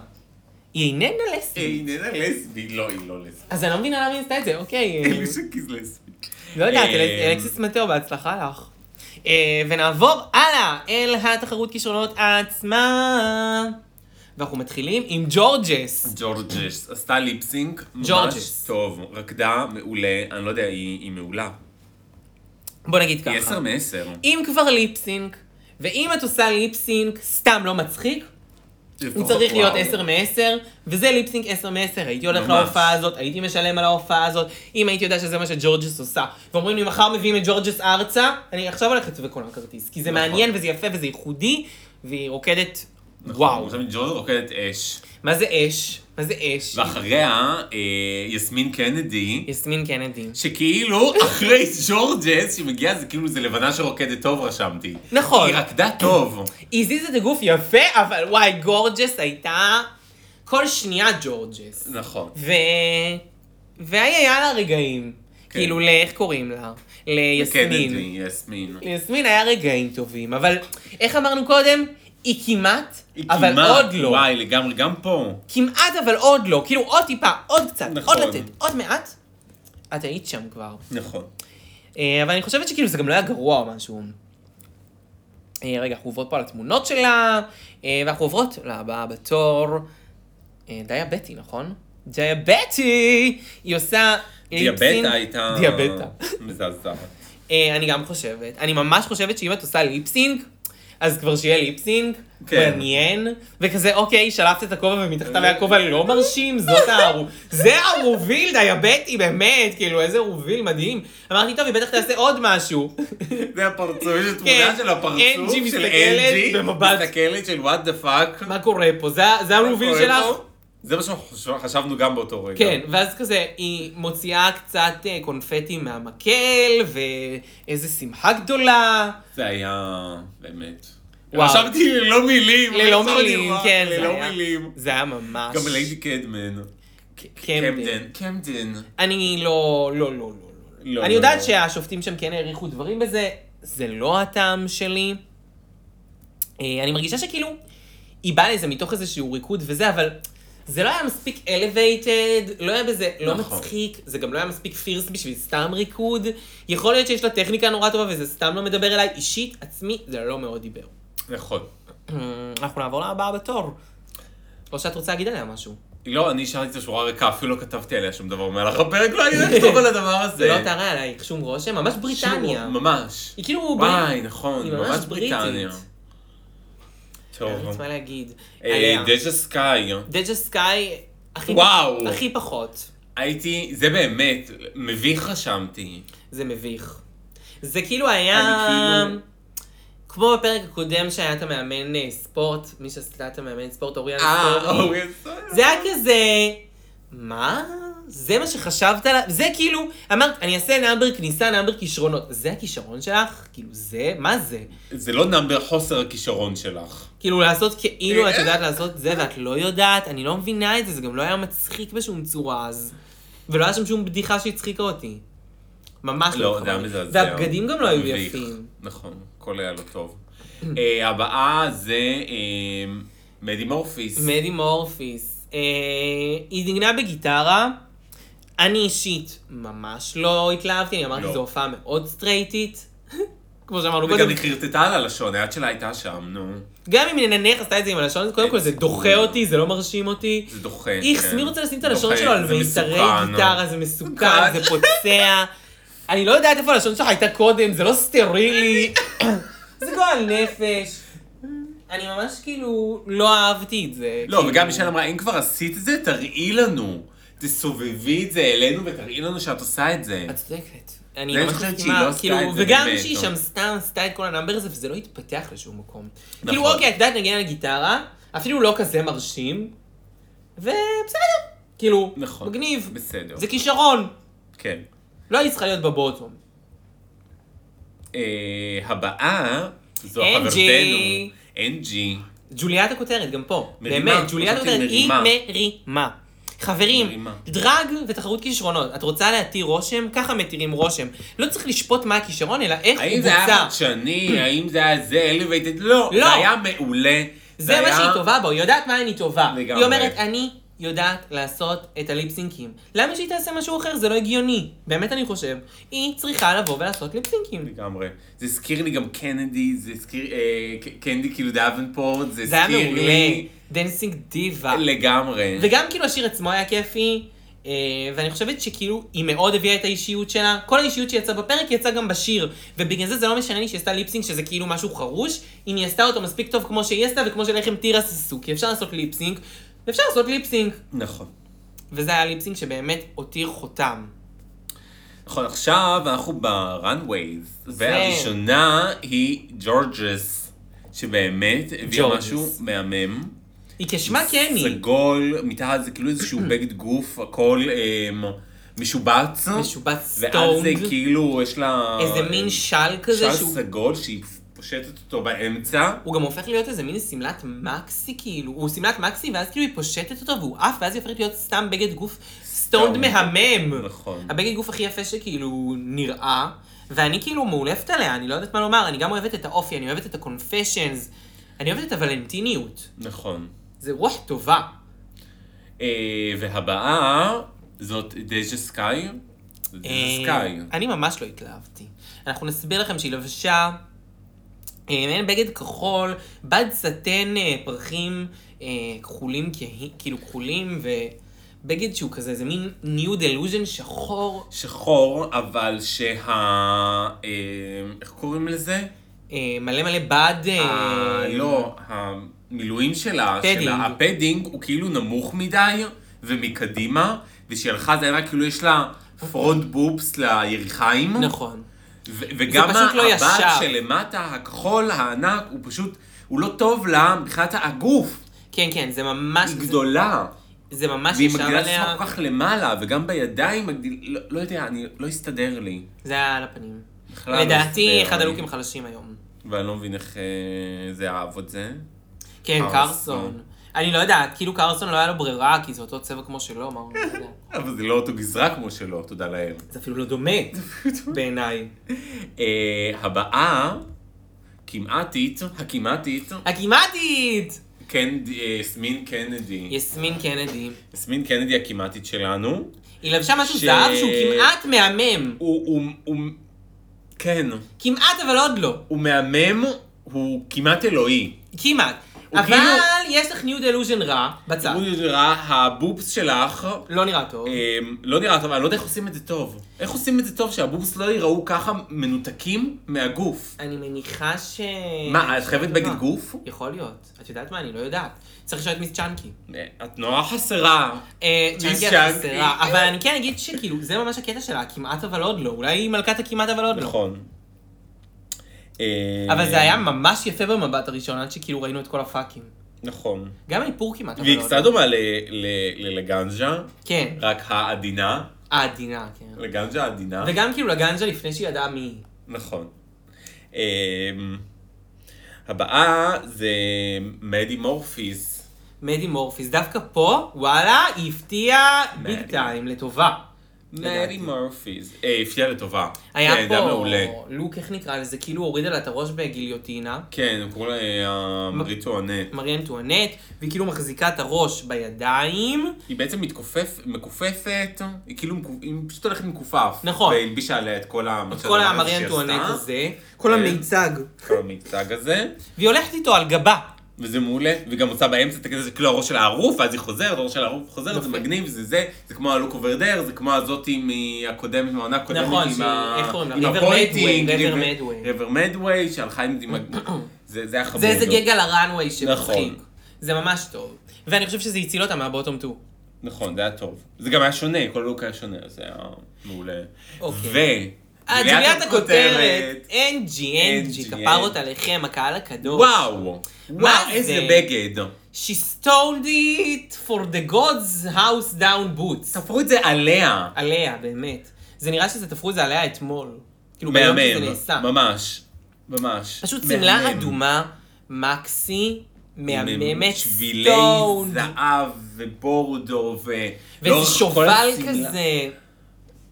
[SPEAKER 2] היא איננה לסבית.
[SPEAKER 3] אה, היא איננה לסבית. לא, היא לא לסבית.
[SPEAKER 2] אז אני לא מבינה למה היא עשתה את זה, אוקיי. אה,
[SPEAKER 3] אלישע קיז לסבית.
[SPEAKER 2] לא יודעת,
[SPEAKER 3] אה,
[SPEAKER 2] אל- אלכסיס מטאו, בהצלחה לך. אה, ונעבור הלאה אל התחרות כישרונות עצמה. ואנחנו מתחילים עם ג'ורג'ס.
[SPEAKER 3] ג'ורג'ס עשתה ליפסינק ממש
[SPEAKER 2] ג'ורג'ס.
[SPEAKER 3] טוב, רקדה מעולה, אני לא יודע, היא היא מעולה.
[SPEAKER 2] בוא נגיד
[SPEAKER 3] היא עשר
[SPEAKER 2] ככה.
[SPEAKER 3] מעשר.
[SPEAKER 2] אם כבר ליפסינק, ואם את עושה ליפסינק סתם לא מצחיק, הוא צריך להיות 10 מ-10, וזה ליפסינק 10 מ-10. הייתי הולך
[SPEAKER 3] ממש.
[SPEAKER 2] להופעה הזאת, הייתי משלם על ההופעה הזאת, אם הייתי יודע שזה מה שג'ורג'ס עושה. ואומרים לי, מחר מביאים את ג'ורג'ס ארצה, אני עכשיו הולכת וקונה כרטיס, כי זה
[SPEAKER 3] נכון.
[SPEAKER 2] מעניין וזה יפה וזה ייחודי, והיא רוקדת,
[SPEAKER 3] וואו.
[SPEAKER 2] וואו.
[SPEAKER 3] עכשיו ג'ורג' רוקדת אש.
[SPEAKER 2] מה זה אש? מה זה אש?
[SPEAKER 3] נכון. ואחריה, אה, יסמין קנדי,
[SPEAKER 2] יסמין קנדי.
[SPEAKER 3] שכאילו אחרי ג'ורג'ס שמגיעה זה כאילו זה לבנה שרוקדת טוב רשמתי.
[SPEAKER 2] נכון.
[SPEAKER 3] היא רקדה טוב.
[SPEAKER 2] היא הזיזה את הגוף יפה, אבל וואי, גורג'ס הייתה כל שנייה ג'ורג'ס.
[SPEAKER 3] נכון.
[SPEAKER 2] ו... והיה היה לה רגעים.
[SPEAKER 3] כן.
[SPEAKER 2] כאילו, לאיך קוראים לה? ליסמין.
[SPEAKER 3] קנדי, יסמין.
[SPEAKER 2] ליסמין היה רגעים טובים, אבל איך אמרנו קודם? היא כמעט,
[SPEAKER 3] היא
[SPEAKER 2] אבל
[SPEAKER 3] כמעט,
[SPEAKER 2] עוד לא.
[SPEAKER 3] וואי, לגמרי, גם פה.
[SPEAKER 2] כמעט אבל עוד לא, כאילו עוד טיפה, עוד קצת,
[SPEAKER 3] נכון.
[SPEAKER 2] עוד לתת, עוד מעט. את היית שם כבר.
[SPEAKER 3] נכון.
[SPEAKER 2] אה, אבל אני חושבת שכאילו זה גם לא היה גרוע או משהו. אה, רגע, אנחנו עוברות פה על התמונות שלה, אה, ואנחנו עוברות לבאה בתור. אה, דיה בטי, נכון? דיה בטי! היא עושה... ליפסינק-
[SPEAKER 3] דיאבטה הייתה...
[SPEAKER 2] דיאבטה.
[SPEAKER 3] מזעזעת.
[SPEAKER 2] אה, אני גם חושבת. אני ממש חושבת שאם את עושה ליפסינק, אז כבר שיהיה ליפסינק,
[SPEAKER 3] כן.
[SPEAKER 2] מעניין, וכזה, אוקיי, שלפת את הכובע ומתחתיו היה כובע לא מרשים, זאת הערוב... זה הרוביל דיאבטי, באמת, כאילו, איזה רוביל מדהים. אמרתי, טוב, היא בטח תעשה עוד משהו.
[SPEAKER 3] זה הפרצוף, יש
[SPEAKER 2] כן.
[SPEAKER 3] תמונה של הפרצוף
[SPEAKER 2] אנג'י
[SPEAKER 3] של
[SPEAKER 2] מסתכלת
[SPEAKER 3] אנג'י,
[SPEAKER 2] במבט.
[SPEAKER 3] מסתכלת של וואט דה פאק.
[SPEAKER 2] מה קורה פה? זה, זה הרוביל שלך?
[SPEAKER 3] זה מה שאנחנו חשבנו גם באותו רגע.
[SPEAKER 2] כן, ואז כזה, היא מוציאה קצת אה, קונפטי מהמקל, ואיזה שמחה גדולה.
[SPEAKER 3] זה היה... באמת.
[SPEAKER 2] וואו.
[SPEAKER 3] חשבתי ללא מילים.
[SPEAKER 2] ללא
[SPEAKER 3] לא יודעת
[SPEAKER 2] מילים,
[SPEAKER 3] מה,
[SPEAKER 2] כן, זה
[SPEAKER 3] ללא
[SPEAKER 2] היה-
[SPEAKER 3] מילים.
[SPEAKER 2] זה היה ממש...
[SPEAKER 3] גם ליידי קדמן.
[SPEAKER 2] ק-
[SPEAKER 3] קמדן. קמדן.
[SPEAKER 2] אני לא, לא, לא, לא, לא.
[SPEAKER 3] לא,
[SPEAKER 2] אני
[SPEAKER 3] לא,
[SPEAKER 2] יודעת
[SPEAKER 3] לא.
[SPEAKER 2] שהשופטים שם כן העריכו דברים בזה, זה לא הטעם שלי. אה, אני מרגישה שכאילו, היא באה לזה מתוך איזשהו ריקוד וזה, אבל זה לא היה מספיק elevated, לא היה בזה, לא
[SPEAKER 3] נכון.
[SPEAKER 2] מצחיק, זה גם לא היה מספיק פירס בשביל סתם ריקוד. יכול להיות שיש לה טכניקה נורא טובה וזה סתם לא מדבר אליי, אישית, עצמי, זה לא מאוד דיבר.
[SPEAKER 3] נכון.
[SPEAKER 2] Mm, אנחנו נעבור לבאה בתור. או שאת רוצה להגיד עליה משהו.
[SPEAKER 3] לא, אני השארתי את השורה הריקה, אפילו לא כתבתי עליה שום דבר מהלך הפרק, לא הייתי לכתוב על הדבר הזה.
[SPEAKER 2] זה לא טהרה עלייך שום רושם, ממש בריטניה.
[SPEAKER 3] שוב, ממש.
[SPEAKER 2] היא כאילו
[SPEAKER 3] וואי,
[SPEAKER 2] בריטית.
[SPEAKER 3] נכון,
[SPEAKER 2] היא ממש
[SPEAKER 3] ממש
[SPEAKER 2] בריטית. כן,
[SPEAKER 3] בריטניה.
[SPEAKER 2] אין
[SPEAKER 3] טוב.
[SPEAKER 2] לי מה להגיד.
[SPEAKER 3] אה,
[SPEAKER 2] עליה.
[SPEAKER 3] דז'ה סקאי,
[SPEAKER 2] דג'ה סקאי, הכי-
[SPEAKER 3] וואו.
[SPEAKER 2] הכי פחות.
[SPEAKER 3] הייתי, זה באמת, מביך רשמתי.
[SPEAKER 2] זה מביך. זה כאילו היה...
[SPEAKER 3] אני כאילו-
[SPEAKER 2] כמו בפרק הקודם שהיה את המאמן אה, ספורט, מי שעשתה את המאמן ספורט, אוריאן
[SPEAKER 3] אה,
[SPEAKER 2] ספורט.
[SPEAKER 3] אורי סויה.
[SPEAKER 2] אוקיי. זה היה כזה... מה? זה מה שחשבת עליו? זה כאילו, אמרת, אני אעשה נאמבר כניסה, נאמבר כישרונות. זה הכישרון שלך? כאילו, זה? מה זה?
[SPEAKER 3] זה לא נאמבר חוסר הכישרון שלך.
[SPEAKER 2] כאילו לעשות כאילו
[SPEAKER 3] אה,
[SPEAKER 2] את יודעת לעשות זה ואת לא יודעת, אני לא מבינה את זה, זה גם לא היה מצחיק בשום צורה אז. ולא היה שם שום בדיחה שהצחיקה אותי. ממש
[SPEAKER 3] לא,
[SPEAKER 2] חבל
[SPEAKER 3] זה היה
[SPEAKER 2] לי.
[SPEAKER 3] מזעזע.
[SPEAKER 2] והבגדים גם לא היו
[SPEAKER 3] מביך.
[SPEAKER 2] יפים.
[SPEAKER 3] נכון, הכל היה לא טוב. אה, הבאה זה אה, מדי מורפיס.
[SPEAKER 2] מדי מורפיס, אה, היא ניגנה בגיטרה. אני אישית ממש לא התלהבתי, אני אמרתי,
[SPEAKER 3] לא.
[SPEAKER 2] זו הופעה מאוד סטרייטית. כמו שאמרנו
[SPEAKER 3] וגם
[SPEAKER 2] קודם,
[SPEAKER 3] היא חרטטה על הלשון, היד שלה הייתה שם, נו.
[SPEAKER 2] גם אם נניח עשתה את זה עם הלשון, קודם כל זה
[SPEAKER 3] אה,
[SPEAKER 2] דוחה אותי, זה לא מרשים אותי.
[SPEAKER 3] זה דוחה.
[SPEAKER 2] איכס,
[SPEAKER 3] כן.
[SPEAKER 2] מי רוצה לשים את הלשון
[SPEAKER 3] דוחה,
[SPEAKER 2] שלו על
[SPEAKER 3] זה
[SPEAKER 2] מיתרי
[SPEAKER 3] מסוכן.
[SPEAKER 2] גיטרה? זה מסוכן,
[SPEAKER 3] מסוכן.
[SPEAKER 2] זה פוצע. אני לא יודעת איפה הלשון שלך הייתה קודם, זה לא סטרילי. זה גועל נפש. אני ממש כאילו לא אהבתי את זה.
[SPEAKER 3] לא,
[SPEAKER 2] כאילו.
[SPEAKER 3] וגם מישל אמרה, אם כבר עשית את זה, תראי לנו. תסובבי את זה אלינו ותראי לנו שאת עושה את זה.
[SPEAKER 2] את צודקת. אני
[SPEAKER 3] זה, אני
[SPEAKER 2] ממש
[SPEAKER 3] חושבת שהיא
[SPEAKER 2] מסכימה,
[SPEAKER 3] לא עשתה
[SPEAKER 2] כאילו,
[SPEAKER 3] את זה
[SPEAKER 2] וגם
[SPEAKER 3] באמת,
[SPEAKER 2] שהיא
[SPEAKER 3] לא.
[SPEAKER 2] שם סתם עשתה את כל הנאמבר הזה, וזה לא התפתח לשום מקום.
[SPEAKER 3] נכון.
[SPEAKER 2] כאילו, אוקיי, את יודעת, נגן על גיטרה, אפילו לא כזה מרשים, ובסדר. כאילו,
[SPEAKER 3] נכון.
[SPEAKER 2] מגניב.
[SPEAKER 3] בסדר.
[SPEAKER 2] זה כישרון.
[SPEAKER 3] כן.
[SPEAKER 2] לא היית צריכה להיות בבוטום.
[SPEAKER 3] אה, הבאה, זו
[SPEAKER 2] אנג'י.
[SPEAKER 3] חברתנו. אנג'י.
[SPEAKER 2] ג'וליית הכותרת, גם פה.
[SPEAKER 3] מרימה,
[SPEAKER 2] באמת, ג'וליית
[SPEAKER 3] חשבתי
[SPEAKER 2] הכותרת, היא
[SPEAKER 3] מרימה.
[SPEAKER 2] מרימה. חברים,
[SPEAKER 3] מרימה.
[SPEAKER 2] דרג ותחרות כישרונות. את רוצה להתיר רושם? ככה מתירים רושם. לא צריך לשפוט מה הכישרון, אלא איך הוא
[SPEAKER 3] האם זה היה
[SPEAKER 2] בוצע.
[SPEAKER 3] חדשני? האם זה היה זה? elevated? לא.
[SPEAKER 2] לא.
[SPEAKER 3] זה היה מעולה.
[SPEAKER 2] זה מה
[SPEAKER 3] היה-
[SPEAKER 2] שהיא טובה בו, היא יודעת מה אני טובה.
[SPEAKER 3] לגמרי.
[SPEAKER 2] היא אומרת, אני יודעת לעשות את הליפסינקים. למה שהיא תעשה משהו אחר? זה לא הגיוני. באמת אני חושב. היא צריכה לבוא ולעשות ליפסינקים.
[SPEAKER 3] לגמרי. זה הזכיר לי גם קנדי, זה הזכיר... אה, ק- קנדי כאילו דאבנפורט, זה
[SPEAKER 2] זה היה
[SPEAKER 3] הזכיר
[SPEAKER 2] מעולה.
[SPEAKER 3] לי...
[SPEAKER 2] דנסינג דיווה.
[SPEAKER 3] לגמרי.
[SPEAKER 2] וגם כאילו השיר עצמו היה כיפי, אה, ואני חושבת שכאילו היא מאוד הביאה את האישיות שלה. כל האישיות שיצאה בפרק יצאה גם בשיר, ובגלל זה זה לא משנה לי שהיא עשתה ליפסינג שזה כאילו משהו חרוש, אם היא עשתה אותו מספיק טוב כמו שהיא עשתה וכמו שלחם תירס עשו, כי אפשר לעשות ליפסינג, ואפשר לעשות ליפסינג.
[SPEAKER 3] נכון.
[SPEAKER 2] וזה היה ליפסינג שבאמת הותיר חותם.
[SPEAKER 3] נכון, עכשיו אנחנו בראנווייז,
[SPEAKER 2] כן.
[SPEAKER 3] והראשונה היא ג'ורג'ס, שבאמת הביאה
[SPEAKER 2] ג'ורג'ס.
[SPEAKER 3] משהו מהמם.
[SPEAKER 2] היא כשמה כן היא.
[SPEAKER 3] סגול, מתחת זה כאילו איזשהו בגד גוף, הכל אמ, משובץ.
[SPEAKER 2] משובץ
[SPEAKER 3] ואז זה
[SPEAKER 2] סטונג,
[SPEAKER 3] כאילו, יש לה...
[SPEAKER 2] איזה מין של כזה
[SPEAKER 3] של
[SPEAKER 2] שהוא...
[SPEAKER 3] סגול שהיא פ- פושטת אותו באמצע.
[SPEAKER 2] הוא גם הופך להיות איזה מין שמלת מקסי, כאילו. הוא שמלת מקסי, ואז כאילו היא פושטת אותו והוא עף, ואז היא הופכת להיות סתם בגד גוף סטונד מהמם.
[SPEAKER 3] נכון.
[SPEAKER 2] הבגד גוף הכי יפה שכאילו נראה, ואני כאילו מאולפת עליה, אני לא יודעת מה לומר, אני גם אוהבת את האופי, אני אוהבת את הקונפשיונס, אני אוהבת את הוולנטיניות.
[SPEAKER 3] נכון.
[SPEAKER 2] זה רוח טובה.
[SPEAKER 3] אה, והבאה זאת דז'ה סקאי. זה דז'ה סקאי.
[SPEAKER 2] אה, אני ממש לא התלהבתי. אנחנו נסביר לכם שהיא לבשה אה, מעין בגד כחול, בד סטן אה, פרחים אה, כחולים, כהי- כאילו כחולים, ובגד שהוא כזה, זה מין ניו דלוז'ן שחור,
[SPEAKER 3] שחור, אבל שה... אה, איך קוראים לזה?
[SPEAKER 2] אה, מלא מלא בד... אה,
[SPEAKER 3] ה- לא, המילואים שלה,
[SPEAKER 2] פדינג.
[SPEAKER 3] של הפדינג, הוא כאילו נמוך מדי ומקדימה, ושהיא הלכה זה היה כאילו יש לה פרונט בובס לירכיים.
[SPEAKER 2] נכון.
[SPEAKER 3] ו- וגם
[SPEAKER 2] זה פשוט לא
[SPEAKER 3] הבד
[SPEAKER 2] ישר.
[SPEAKER 3] שלמטה, הכחול, הענק, הוא פשוט, הוא לא טוב לה מבחינת הגוף.
[SPEAKER 2] כן, כן, זה ממש...
[SPEAKER 3] היא גדולה.
[SPEAKER 2] זה, זה ממש
[SPEAKER 3] והיא
[SPEAKER 2] ישב
[SPEAKER 3] מגדילה את
[SPEAKER 2] עליה.
[SPEAKER 3] עצמה כל כך למעלה, וגם בידיים מגדיל... לא, לא יודע, אני... לא הסתדר לי.
[SPEAKER 2] זה היה על הפנים.
[SPEAKER 3] בכלל לא
[SPEAKER 2] לדעתי,
[SPEAKER 3] הסתדר
[SPEAKER 2] אחד
[SPEAKER 3] לי.
[SPEAKER 2] הלוקים חלשים היום.
[SPEAKER 3] ואני לא מבין איך אה, זה אהב את זה.
[SPEAKER 2] כן,
[SPEAKER 3] קרסון.
[SPEAKER 2] קרסון. אני לא יודעת, כאילו קרסון לא היה לו ברירה, כי זה אותו צבע כמו שלו, מה הוא לא יודע.
[SPEAKER 3] אבל זה לא אותו גזרה כמו שלו, תודה לאל.
[SPEAKER 2] זה אפילו לא דומה, בעיניי.
[SPEAKER 3] אה, הבאה, כמעטית, הכמעטית,
[SPEAKER 2] הכמעטית!
[SPEAKER 3] קנד- אה, יסמין קנדי.
[SPEAKER 2] יסמין קנדי.
[SPEAKER 3] יסמין קנדי הכמעטית שלנו.
[SPEAKER 2] היא לבשה משהו
[SPEAKER 3] ש-
[SPEAKER 2] זהב שהוא כמעט מהמם.
[SPEAKER 3] הוא, הוא, הוא, כן,
[SPEAKER 2] כמעט, אבל עוד לא.
[SPEAKER 3] הוא מהמם, הוא כמעט אלוהי.
[SPEAKER 2] כמעט.
[SPEAKER 3] הוא
[SPEAKER 2] אבל
[SPEAKER 3] כאילו-
[SPEAKER 2] יש לך ניו דלוז'ן רע, בצד.
[SPEAKER 3] הוא נראה, הבובס שלך,
[SPEAKER 2] לא נראה טוב.
[SPEAKER 3] אה, לא נראה טוב, אני לא יודע איך עושים את זה טוב. איך עושים את זה טוב שהבובס לא ייראו ככה מנותקים מהגוף?
[SPEAKER 2] אני מניחה ש...
[SPEAKER 3] מה, את חייבת בגד
[SPEAKER 2] מה?
[SPEAKER 3] גוף?
[SPEAKER 2] יכול להיות. את יודעת מה? אני לא יודעת. צריך לשאול את מיס צ'אנקי.
[SPEAKER 3] אה, את נורא חסרה.
[SPEAKER 2] אה,
[SPEAKER 3] מיס
[SPEAKER 2] צ'אנקי את
[SPEAKER 3] צ'אנקי.
[SPEAKER 2] חסרה. אבל אני כן אגיד שכאילו, זה ממש הקטע שלה, כמעט אבל עוד לא. אולי היא מלכת הכמעט אבל עוד לא.
[SPEAKER 3] נכון. אה,
[SPEAKER 2] אבל זה היה ממש יפה במבט הראשון, עד שכאילו ראינו את כל הפאקים.
[SPEAKER 3] נכון.
[SPEAKER 2] גם האיפור כמעט אבל
[SPEAKER 3] והיא
[SPEAKER 2] עוד
[SPEAKER 3] קצת
[SPEAKER 2] לא.
[SPEAKER 3] דומה ל- ל- ללגנג'ה,
[SPEAKER 2] כן.
[SPEAKER 3] רק העדינה.
[SPEAKER 2] העדינה, כן.
[SPEAKER 3] לגנג'ה עדינה.
[SPEAKER 2] וגם כאילו לגנג'ה לפני שהיא ידעה מי היא.
[SPEAKER 3] נכון. אמ, הבאה זה מדי מורפיס.
[SPEAKER 2] מדי מורפיס. דווקא פה, וואלה, היא הפתיעה
[SPEAKER 3] מדי.
[SPEAKER 2] ביג טיים, לטובה. לדעתי.
[SPEAKER 3] מדי מורפיס. אה, הפתיע לטובה.
[SPEAKER 2] היה
[SPEAKER 3] כן, אדם
[SPEAKER 2] פה
[SPEAKER 3] מעולה.
[SPEAKER 2] לוק, איך נקרא לזה? כאילו הורידה לה את הראש בגיליוטינה.
[SPEAKER 3] כן, הוא קורא לה אה, מרי טואנט.
[SPEAKER 2] מרי אנטואנט, והיא כאילו מחזיקה את הראש בידיים.
[SPEAKER 3] היא בעצם מתכופף, מכופפת, היא כאילו, מכופ- היא פשוט הולכת מכופף.
[SPEAKER 2] נכון.
[SPEAKER 3] והלבישה עליה את כל ה...
[SPEAKER 2] את כל המרי אנטואנט הזה. כל
[SPEAKER 3] כן.
[SPEAKER 2] המיצג.
[SPEAKER 3] כל המיצג הזה.
[SPEAKER 2] והיא הולכת איתו על גבה.
[SPEAKER 3] וזה מעולה, וגם עושה באמצע את הכסף, כאילו הראש שלה ערוף, ואז היא חוזרת, הראש שלה ערוף חוזרת, זה
[SPEAKER 2] יפה.
[SPEAKER 3] מגניב, זה זה, זה כמו הלוק אובר דר, זה כמו הזאתי מהקודמת, מהעונה הקודמת,
[SPEAKER 2] נכון,
[SPEAKER 3] עם
[SPEAKER 2] שהיא-
[SPEAKER 3] ה-
[SPEAKER 2] איך קוראים לה?
[SPEAKER 3] עם
[SPEAKER 2] ריבר
[SPEAKER 3] הפוינטינג,
[SPEAKER 2] מדווי, ריבר
[SPEAKER 3] ריבר-
[SPEAKER 2] מדווי.
[SPEAKER 3] ריבר מדווי, שהלכה עם עם ה... זה זה היה חמור.
[SPEAKER 2] זה איזה
[SPEAKER 3] מאוד.
[SPEAKER 2] גג על הראנוויי שמצחיק.
[SPEAKER 3] נכון.
[SPEAKER 2] זה ממש טוב. ואני חושב שזה הציל אותה מהבוטום טו.
[SPEAKER 3] נכון, זה היה טוב. זה גם היה שונה, כל הלוק היה שונה, אז זה היה מעולה.
[SPEAKER 2] אוקיי.
[SPEAKER 3] ו...
[SPEAKER 2] אה, ג'וליית הכותרת, אנג'י, אנג'י,
[SPEAKER 3] NG.
[SPEAKER 2] כפרות עליכם, הקהל הקדוש.
[SPEAKER 3] וואו, וואו,
[SPEAKER 2] זה?
[SPEAKER 3] איזה בגד.
[SPEAKER 2] She stoned it for the God's house down boots.
[SPEAKER 3] תפרו את זה עליה.
[SPEAKER 2] עליה, באמת. זה נראה שזה תפרו את זה עליה אתמול. כאילו, ביום שזה
[SPEAKER 3] מהמם,
[SPEAKER 2] נעשה.
[SPEAKER 3] ממש, ממש.
[SPEAKER 2] פשוט שמלה
[SPEAKER 3] מהמם.
[SPEAKER 2] אדומה, מקסי, מהממת,
[SPEAKER 3] שבילי
[SPEAKER 2] סטונד.
[SPEAKER 3] זהב ובורדו ו...
[SPEAKER 2] וזה
[SPEAKER 3] לאורך כל
[SPEAKER 2] שובל
[SPEAKER 3] השמלה.
[SPEAKER 2] כזה.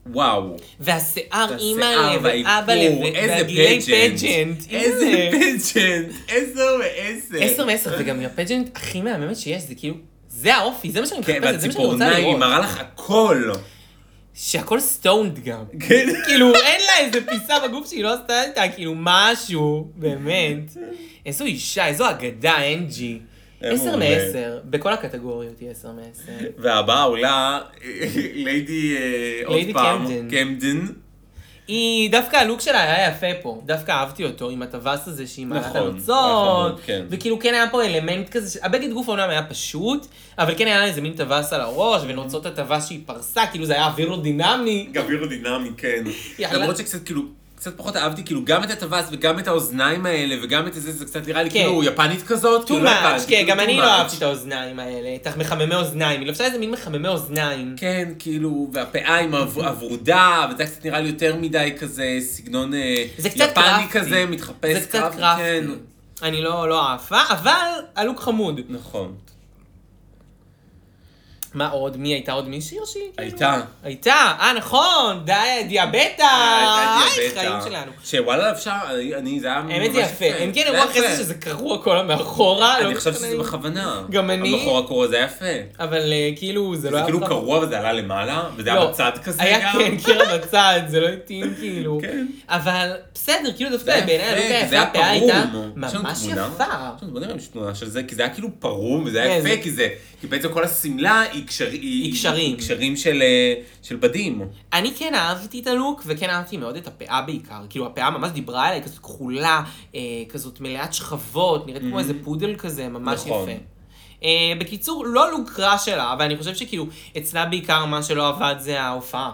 [SPEAKER 3] וואו.
[SPEAKER 2] והשיער,
[SPEAKER 3] והשיער
[SPEAKER 2] אימא ואבא לב,
[SPEAKER 3] והאיפור, איזה
[SPEAKER 2] והגילי
[SPEAKER 3] פג'נט.
[SPEAKER 2] פג'נט.
[SPEAKER 3] איזה פג'נט. עשר מעשר.
[SPEAKER 2] עשר מעשר, זה גם הפג'נט הכי מהממת שיש, זה כאילו, זה האופי, זה מה שאני
[SPEAKER 3] כן,
[SPEAKER 2] מחפשת, זה מה שאני רוצה
[SPEAKER 3] והציפורניים, היא
[SPEAKER 2] לראות.
[SPEAKER 3] מראה לך הכל.
[SPEAKER 2] שהכל סטונד גם.
[SPEAKER 3] כן.
[SPEAKER 2] כאילו, אין לה איזה פיסה בגוף שהיא לא עשתה איתה, כאילו, משהו, באמת. איזו אישה, איזו אגדה, אנג'י.
[SPEAKER 3] הם
[SPEAKER 2] עשר
[SPEAKER 3] מעולה.
[SPEAKER 2] מעשר, בכל הקטגוריות היא עשר מעשר.
[SPEAKER 3] והבאה עולה ליידי אה, עוד
[SPEAKER 2] ליידי
[SPEAKER 3] פעם.
[SPEAKER 2] קמדן.
[SPEAKER 3] קמדן.
[SPEAKER 2] היא, דווקא הלוק שלה היה יפה פה. דווקא אהבתי אותו, עם הטווס הזה שהיא מעלה את
[SPEAKER 3] נכון,
[SPEAKER 2] הרצון.
[SPEAKER 3] נכון, כן.
[SPEAKER 2] וכאילו כן היה פה אלמנט כזה, ש- הבגד גוף אומנם היה פשוט, אבל כן היה לה איזה מין טווס על הראש, ונוצות הטווס שהיא פרסה, כאילו זה היה אווירודינמי.
[SPEAKER 3] גם אירודינמי, כן.
[SPEAKER 2] יאללה.
[SPEAKER 3] למרות שקצת כאילו... קצת פחות אהבתי, כאילו, גם את הטווס וגם את האוזניים האלה וגם את זה, זה קצת נראה לי
[SPEAKER 2] כן.
[SPEAKER 3] כאילו יפנית כזאת.
[SPEAKER 2] too
[SPEAKER 3] כאילו, לא
[SPEAKER 2] much,
[SPEAKER 3] יפנית,
[SPEAKER 2] כן,
[SPEAKER 3] כאילו,
[SPEAKER 2] גם
[SPEAKER 3] too
[SPEAKER 2] אני לא
[SPEAKER 3] much.
[SPEAKER 2] אהבתי את האוזניים האלה, את המחממי אוזניים, היא לבשה איזה מין מחממי אוזניים.
[SPEAKER 3] כן, כאילו, והפאה עם הב- הוורודה, וזה קצת נראה לי יותר מדי כזה סגנון אה,
[SPEAKER 2] זה קצת
[SPEAKER 3] יפני
[SPEAKER 2] קראפטי.
[SPEAKER 3] כזה, מתחפש.
[SPEAKER 2] זה קצת
[SPEAKER 3] קראפ-
[SPEAKER 2] קראפטי.
[SPEAKER 3] כן,
[SPEAKER 2] אני לא לא עפה, אבל הלוק חמוד.
[SPEAKER 3] נכון.
[SPEAKER 2] מה עוד? מי הייתה עוד מישהי או שהיא? כאילו?
[SPEAKER 3] הייתה.
[SPEAKER 2] הייתה, אה נכון, די, דיאבטה.
[SPEAKER 3] אה, הייתה
[SPEAKER 2] היי,
[SPEAKER 3] דיאבטה.
[SPEAKER 2] חיים אה, שלנו.
[SPEAKER 3] שוואלה אפשר, אני- אני, זה היה
[SPEAKER 2] האמת זה
[SPEAKER 3] ממש
[SPEAKER 2] יפה, הם כן
[SPEAKER 3] Mm, זה
[SPEAKER 2] אמרו
[SPEAKER 3] היה
[SPEAKER 2] אחרי
[SPEAKER 3] יפה.
[SPEAKER 2] זה שזה קרוע כל המאחורה. לא
[SPEAKER 3] אני חושב
[SPEAKER 2] משנה.
[SPEAKER 3] שזה בכוונה.
[SPEAKER 2] גם אני.
[SPEAKER 3] הבחור הקורא זה היה יפה.
[SPEAKER 2] אבל אה, כאילו זה
[SPEAKER 3] זה
[SPEAKER 2] לא היה...
[SPEAKER 3] כאילו
[SPEAKER 2] בכלל-
[SPEAKER 3] קרוע וזה עלה למעלה, וזה היה
[SPEAKER 2] לא,
[SPEAKER 3] בצד כזה
[SPEAKER 2] היה
[SPEAKER 3] גם.
[SPEAKER 2] כן, קרע בצד, זה לא התאים כאילו.
[SPEAKER 3] כן.
[SPEAKER 2] אבל בסדר, כאילו
[SPEAKER 3] זה היה
[SPEAKER 2] דווקא בעיניי
[SPEAKER 3] יפה,
[SPEAKER 2] הלוקה
[SPEAKER 3] זה היה
[SPEAKER 2] יפה, הפאה הייתה
[SPEAKER 3] פרום. יש לנו
[SPEAKER 2] ממש
[SPEAKER 3] תמונה?
[SPEAKER 2] יפה.
[SPEAKER 3] עכשיו, בוא נראה אם יש תמונה של זה, כי זה היה כאילו פרום, וזה
[SPEAKER 2] כן,
[SPEAKER 3] היה
[SPEAKER 2] זה-
[SPEAKER 3] יפה, כי זה... כי בעצם כל השמלה היא קשר- היא- היא
[SPEAKER 2] קשרים.
[SPEAKER 3] היא קשרים של, אה, של בדים.
[SPEAKER 2] אני כן אהבתי את הלוק, וכן אהבתי מאוד את הפאה בעיקר. כאילו, הפאה ממש דיברה אליי, כזאת כחולה, אה, כזאת מלאת שכבות, נראית כמו איזה פודל כזה, ממש
[SPEAKER 3] Mm-hmm. נכון.
[SPEAKER 2] יפה. אה, בקיצור, לא לוק רע שלה, אבל אני חושב שכאילו, אצלה בעיקר מה שלא עבד זה ההופעה.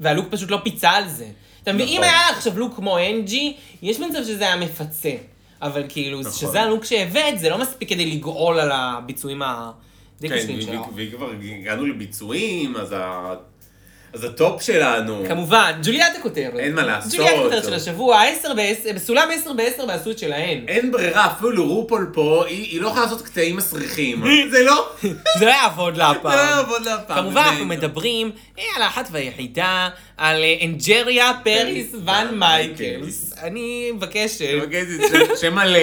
[SPEAKER 2] והלוק פשוט לא פיצה על זה. אתה מבין, אם
[SPEAKER 3] נכון.
[SPEAKER 2] היה לה עכשיו לוק כמו אנג'י, יש מצב שזה היה מפצה. אבל כאילו,
[SPEAKER 3] נכון.
[SPEAKER 2] שזה הלוק שהבאת, זה לא מספיק כדי לגאול על הביצועים
[SPEAKER 3] כן,
[SPEAKER 2] הדיקסים שלה.
[SPEAKER 3] וכבר הגענו לביצועים, אז ה- אז הטופ שלנו.
[SPEAKER 2] כן. כמובן, ג'וליאטה כותבת.
[SPEAKER 3] אין מה לעשות.
[SPEAKER 2] ג'וליאטה כותבת של השבוע, 10 ב-10, בסולם 10 ב-10 בעשו את שלהן.
[SPEAKER 3] אין ברירה, אפילו רופול פה, היא היא לא יכולה לעשות קטעים מסריחים. זה לא...
[SPEAKER 2] זה לא יעבוד לה הפעם.
[SPEAKER 3] לא יעבוד לה הפעם,
[SPEAKER 2] כמובן, אנחנו
[SPEAKER 3] באמת.
[SPEAKER 2] מדברים אה, על האחת והיחידה, על אה, אנג'ריה פריס ון מייקלס. אני מבקשת.
[SPEAKER 3] אוקיי, זה שם- שם מלא.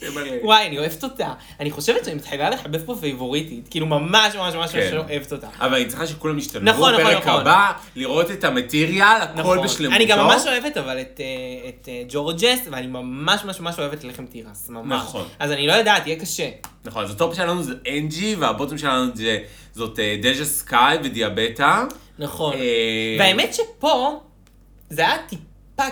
[SPEAKER 3] שם מלא.
[SPEAKER 2] וואי, אני אוהבת אותה. אני חושבת שאני מתחילה לחבב פה פייבוריטית. כאילו, ממש ממש ממש
[SPEAKER 3] כן.
[SPEAKER 2] ממש אוהבת אותה.
[SPEAKER 3] אבל אני צריכה שכולם ישתלבו
[SPEAKER 2] נכון, נכון,
[SPEAKER 3] בפרק
[SPEAKER 2] נכון.
[SPEAKER 3] הבא, לראות את המטריאל, הכל
[SPEAKER 2] נכון.
[SPEAKER 3] בשלמותו.
[SPEAKER 2] אני גם ממש אוהבת אבל את, אה, את אה, ג'ורג'ס, ואני ממש ממש ממש אוהבת את לחם תירס, ממש.
[SPEAKER 3] נכון.
[SPEAKER 2] אז אני לא יודעת, יהיה קשה.
[SPEAKER 3] נכון, אז הטופ שלנו זה אנג'י, והבוטום שלנו זה- זאת אה, דז'ה סקאי ודיאבטה.
[SPEAKER 2] נכון.
[SPEAKER 3] אה,
[SPEAKER 2] והאמת שפה, זה היה טיפה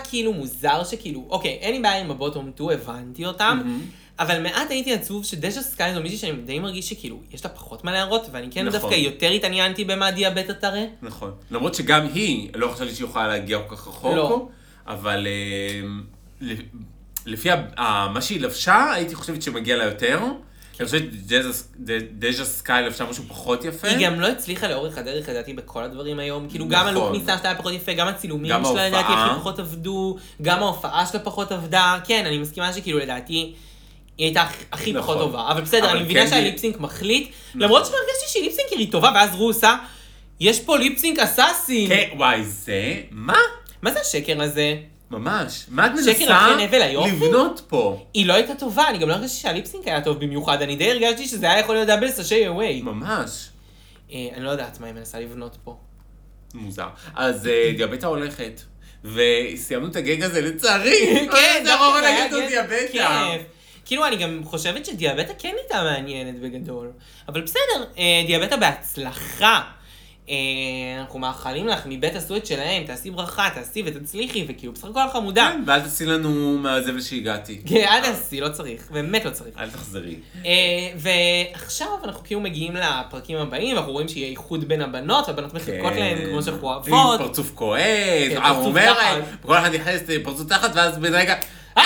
[SPEAKER 2] כאילו מוזר שכאילו, אוקיי, אין לי בעיה עם הבוטום 2, הבנתי אותם, אבל מעט הייתי עצוב שדשא סקאי זו מישהי שאני די מרגיש שכאילו, יש לה פחות מה להראות, ואני כן
[SPEAKER 3] נכון.
[SPEAKER 2] דווקא יותר התעניינתי במה דיאבטה תראה.
[SPEAKER 3] נכון. למרות שגם היא, לא חשבתי שהיא יכולה להגיע כל כך רחוק,
[SPEAKER 2] לא.
[SPEAKER 3] אבל אה, ל- לפי ה- ה- מה שהיא לבשה, הייתי חושבת שמגיע לה יותר.
[SPEAKER 2] כן.
[SPEAKER 3] אני חושבת שדז'ה סקאי לבשה משהו פחות יפה.
[SPEAKER 2] היא גם לא הצליחה לאורך הדרך לדעתי בכל הדברים היום, כאילו גם
[SPEAKER 3] נכון.
[SPEAKER 2] הלוק ניסה שלה היה פחות יפה, גם הצילומים
[SPEAKER 3] גם
[SPEAKER 2] שלה לדעתי
[SPEAKER 3] ההופעה.
[SPEAKER 2] הכי פחות עבדו, גם ההופעה שלה פחות עבדה, כן, אני מסכימה שכאילו לדעתי... היא הייתה הכ- הכי
[SPEAKER 3] נכון.
[SPEAKER 2] פחות טובה, אבל בסדר,
[SPEAKER 3] אבל
[SPEAKER 2] אני מבינה
[SPEAKER 3] כן, היא- נכון.
[SPEAKER 2] שהליפסינק מחליט, למרות שהרגשתי שליפסינקר היא טובה, ואז רו עושה, יש פה ליפסינק אסאסין.
[SPEAKER 3] כן, וואי, זה? מה?
[SPEAKER 2] מה זה השקר הזה?
[SPEAKER 3] ממש. מה את
[SPEAKER 2] שקר
[SPEAKER 3] מנסה
[SPEAKER 2] אחרי נבל היופי?
[SPEAKER 3] לבנות פה?
[SPEAKER 2] היא לא הייתה טובה, אני גם לא הרגשתי שהליפסינק היה טוב במיוחד, אני די הרגשתי שזה היה יכול להיות דאבל סשי אווי.
[SPEAKER 3] נכון. ממש.
[SPEAKER 2] אני לא יודעת מה היא מנסה לבנות פה.
[SPEAKER 3] מוזר. אז אה, דיאבטה הולכת. וסיימנו את הגג הזה לצערי. אה,
[SPEAKER 2] כן,
[SPEAKER 3] זה הרוב
[SPEAKER 2] דווקא
[SPEAKER 3] נגד
[SPEAKER 2] היה
[SPEAKER 3] דיאבטה. כן,
[SPEAKER 2] כיף. כאילו, אני גם חושבת שדיאבטה כן הייתה מעניינת בגדול. אבל בסדר, אה, דיאבטה בהצלחה. אה, אנחנו מאחלים לך מבית הסויד שלהם, תעשי ברכה, תעשי ותצליחי, וכאילו, בסך הכל חמודה.
[SPEAKER 3] כן, ואל תעשי לנו מהזבל שהגעתי.
[SPEAKER 2] כן, אל תעשי, לא צריך, באמת לא צריך.
[SPEAKER 3] אל תחזרי.
[SPEAKER 2] אה, ועכשיו אנחנו כאילו מגיעים לפרקים הבאים, ואנחנו רואים שיהיה איחוד בין הבנות, והבנות מחלקות להן כמו שאנחנו אוהבות.
[SPEAKER 3] כן. אה, עם פרצוף כועס,
[SPEAKER 2] כן,
[SPEAKER 3] אה,
[SPEAKER 2] פרצוף
[SPEAKER 3] אומרת,
[SPEAKER 2] תחת.
[SPEAKER 3] כל אחד נכנסת עם פרצוף תחת, ואז בן רגע, "אה,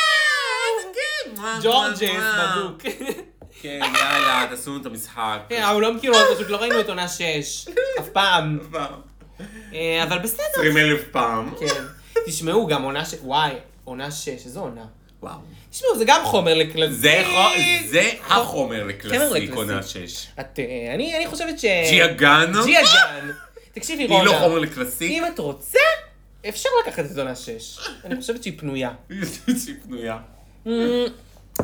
[SPEAKER 3] איזה כיף, וואו, וואו,
[SPEAKER 2] ג'ורג'ס,
[SPEAKER 3] וואו."
[SPEAKER 2] בדוק.
[SPEAKER 3] כן, יאללה, תעשו לנו את המשחק.
[SPEAKER 2] כן, אבל לא מכירות, פשוט לא ראינו את עונה 6, אף פעם. אה, אבל בסדר,
[SPEAKER 3] 20 אלף פעם.
[SPEAKER 2] כן. תשמעו, גם עונה ש... וואי, עונה 6, איזו עונה.
[SPEAKER 3] וואו.
[SPEAKER 2] תשמעו, זה גם חומר לקלאסי.
[SPEAKER 3] זה חו- זה החומר
[SPEAKER 2] חומר
[SPEAKER 3] לקלאסי,
[SPEAKER 2] אה, לקלאסי.
[SPEAKER 3] קונה 6.
[SPEAKER 2] את... אה, אני אני חושבת ש...
[SPEAKER 3] ג'יה גאנו?
[SPEAKER 2] ג'יה גן. תקשיבי,
[SPEAKER 3] היא לא
[SPEAKER 2] רונה.
[SPEAKER 3] חומר לקלאסי.
[SPEAKER 2] אם את רוצה, אפשר לקחת את עונה 6. אני חושבת שהיא פנויה. Mm.
[SPEAKER 3] שהיא פנויה.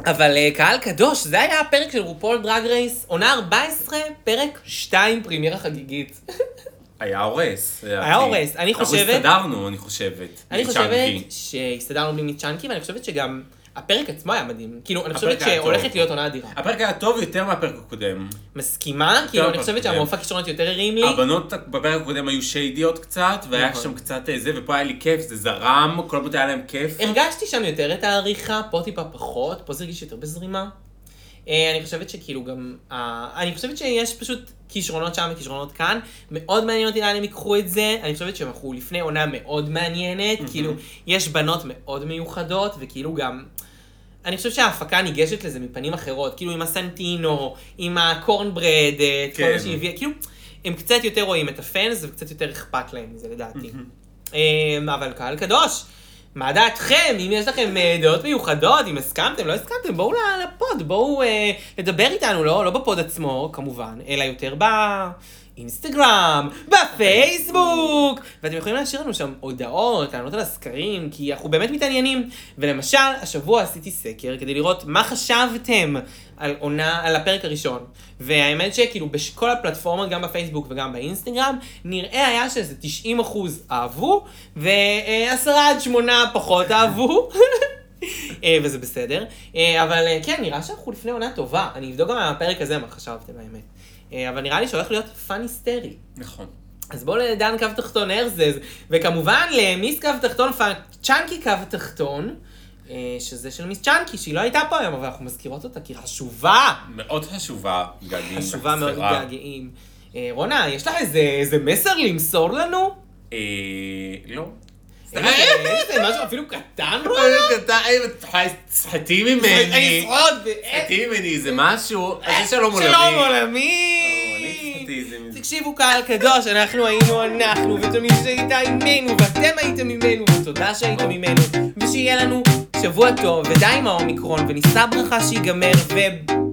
[SPEAKER 2] אבל אה, קהל קדוש, זה היה הפרק של רופול דרג רייס, עונה 14, פרק 2, פרימיירה חגיגית.
[SPEAKER 3] היה הורס. לדעתי.
[SPEAKER 2] הורס, אני חושבת-
[SPEAKER 3] אנחנו הסתדרנו, אני חושבת.
[SPEAKER 2] אני
[SPEAKER 3] מצ'אנקי.
[SPEAKER 2] חושבת שהסתדרנו בלי מצ'אנקי, ואני חושבת שגם הפרק עצמו היה מדהים. כאילו, אני חושבת
[SPEAKER 3] הפרק היה
[SPEAKER 2] שהולכת
[SPEAKER 3] טוב.
[SPEAKER 2] להיות עונה אדירה.
[SPEAKER 3] הפרק היה טוב יותר מהפרק הקודם.
[SPEAKER 2] מסכימה? כאילו, אני
[SPEAKER 3] הפרק
[SPEAKER 2] חושבת
[SPEAKER 3] הקודם.
[SPEAKER 2] שהמופע כישרונות יותר הרים לי.
[SPEAKER 3] הבנות בפרק הקודם היו שיידיות קצת, והיה
[SPEAKER 2] נכון.
[SPEAKER 3] שם קצת אה, זה, ופה היה לי כיף, זה זרם, כל הבנות היה להם כיף.
[SPEAKER 2] הרגשתי שם יותר את העריכה, פה טיפה פחות, פה זה הרגיש יותר בזרימה. אה, אני חושבת שכאילו גם, אה, אני חושבת שיש פשוט כישרונות שם וכישרונות כאן. מאוד מעניין אותי לאן הם ייקחו את זה. אני חושבת שהם הלכו לפני עונה מאוד מעניינת. כאילו, יש בנות מאוד מיוחדות, וכאילו גם... אני חושב שההפקה ניגשת לזה מפנים אחרות, כאילו עם הסנטינו, עם הקורנברדט, כל
[SPEAKER 3] כן.
[SPEAKER 2] מה שהיא הביאה, כאילו, הם קצת יותר רואים את הפאנס וקצת יותר אכפת להם מזה לדעתי. אמ, אבל קהל קדוש, מה דעתכם? אם יש לכם אה, דעות מיוחדות, אם הסכמתם, לא הסכמתם, בואו ל- לפוד, בואו אה, לדבר איתנו, לא לא בפוד עצמו, כמובן, אלא יותר באינסטגרם, בפייסבוק, ואתם יכולים להשאיר לנו שם הודעות, לענות על הסקרים, כי אנחנו באמת מתעניינים. ולמשל, השבוע עשיתי סקר כדי לראות מה חשבתם על עונה, על הפרק הראשון. והאמת שכאילו בכל הפלטפורמות, גם בפייסבוק וגם באינסטגרם, נראה היה שזה 90 אחוז אהבו, ו-10 עד 8 פחות אהבו. אה, וזה בסדר. אה, אבל אה, כן, נראה שאנחנו לפני עונה טובה. אני אבדוק גם על הפרק הזה מה חשבתם האמת. אה, אבל נראה לי שהולך להיות פאן היסטרי.
[SPEAKER 3] נכון.
[SPEAKER 2] אז בואו לדן קו תחתון הרזז, וכמובן למיס קו תחתון, פאן- צ'אנקי קו תחתון, אה, שזה של מיס צ'אנקי, שהיא לא הייתה פה היום, אבל אנחנו מזכירות אותה, כי היא חשובה,
[SPEAKER 3] מאוד חשובה, גגים.
[SPEAKER 2] חשובה מאוד
[SPEAKER 3] חסרה.
[SPEAKER 2] מתגעגעים. אה, רונה, יש לך איזה, איזה מסר למסור לנו?
[SPEAKER 3] אה, לא.
[SPEAKER 2] אין איזה איזה משהו אפילו קטן, רונה?
[SPEAKER 3] די, את יכולה לסחטי
[SPEAKER 2] אני
[SPEAKER 3] ממני.
[SPEAKER 2] אשרוד, ואין-
[SPEAKER 3] סחטי ממני זה משהו. אז זה שלום עולמי.
[SPEAKER 2] שלום
[SPEAKER 3] או, אני
[SPEAKER 2] עולמי!
[SPEAKER 3] סטטיזם.
[SPEAKER 2] תקשיבו קהל קדוש, אנחנו היינו אנחנו, ואתם הייתה עימנו, ואתם הייתם עימנו, ותודה שהייתם עימנו, ושיהיה לנו שבוע טוב, ודי עם האומיקרון, ונישא ברכה שיגמר, ו...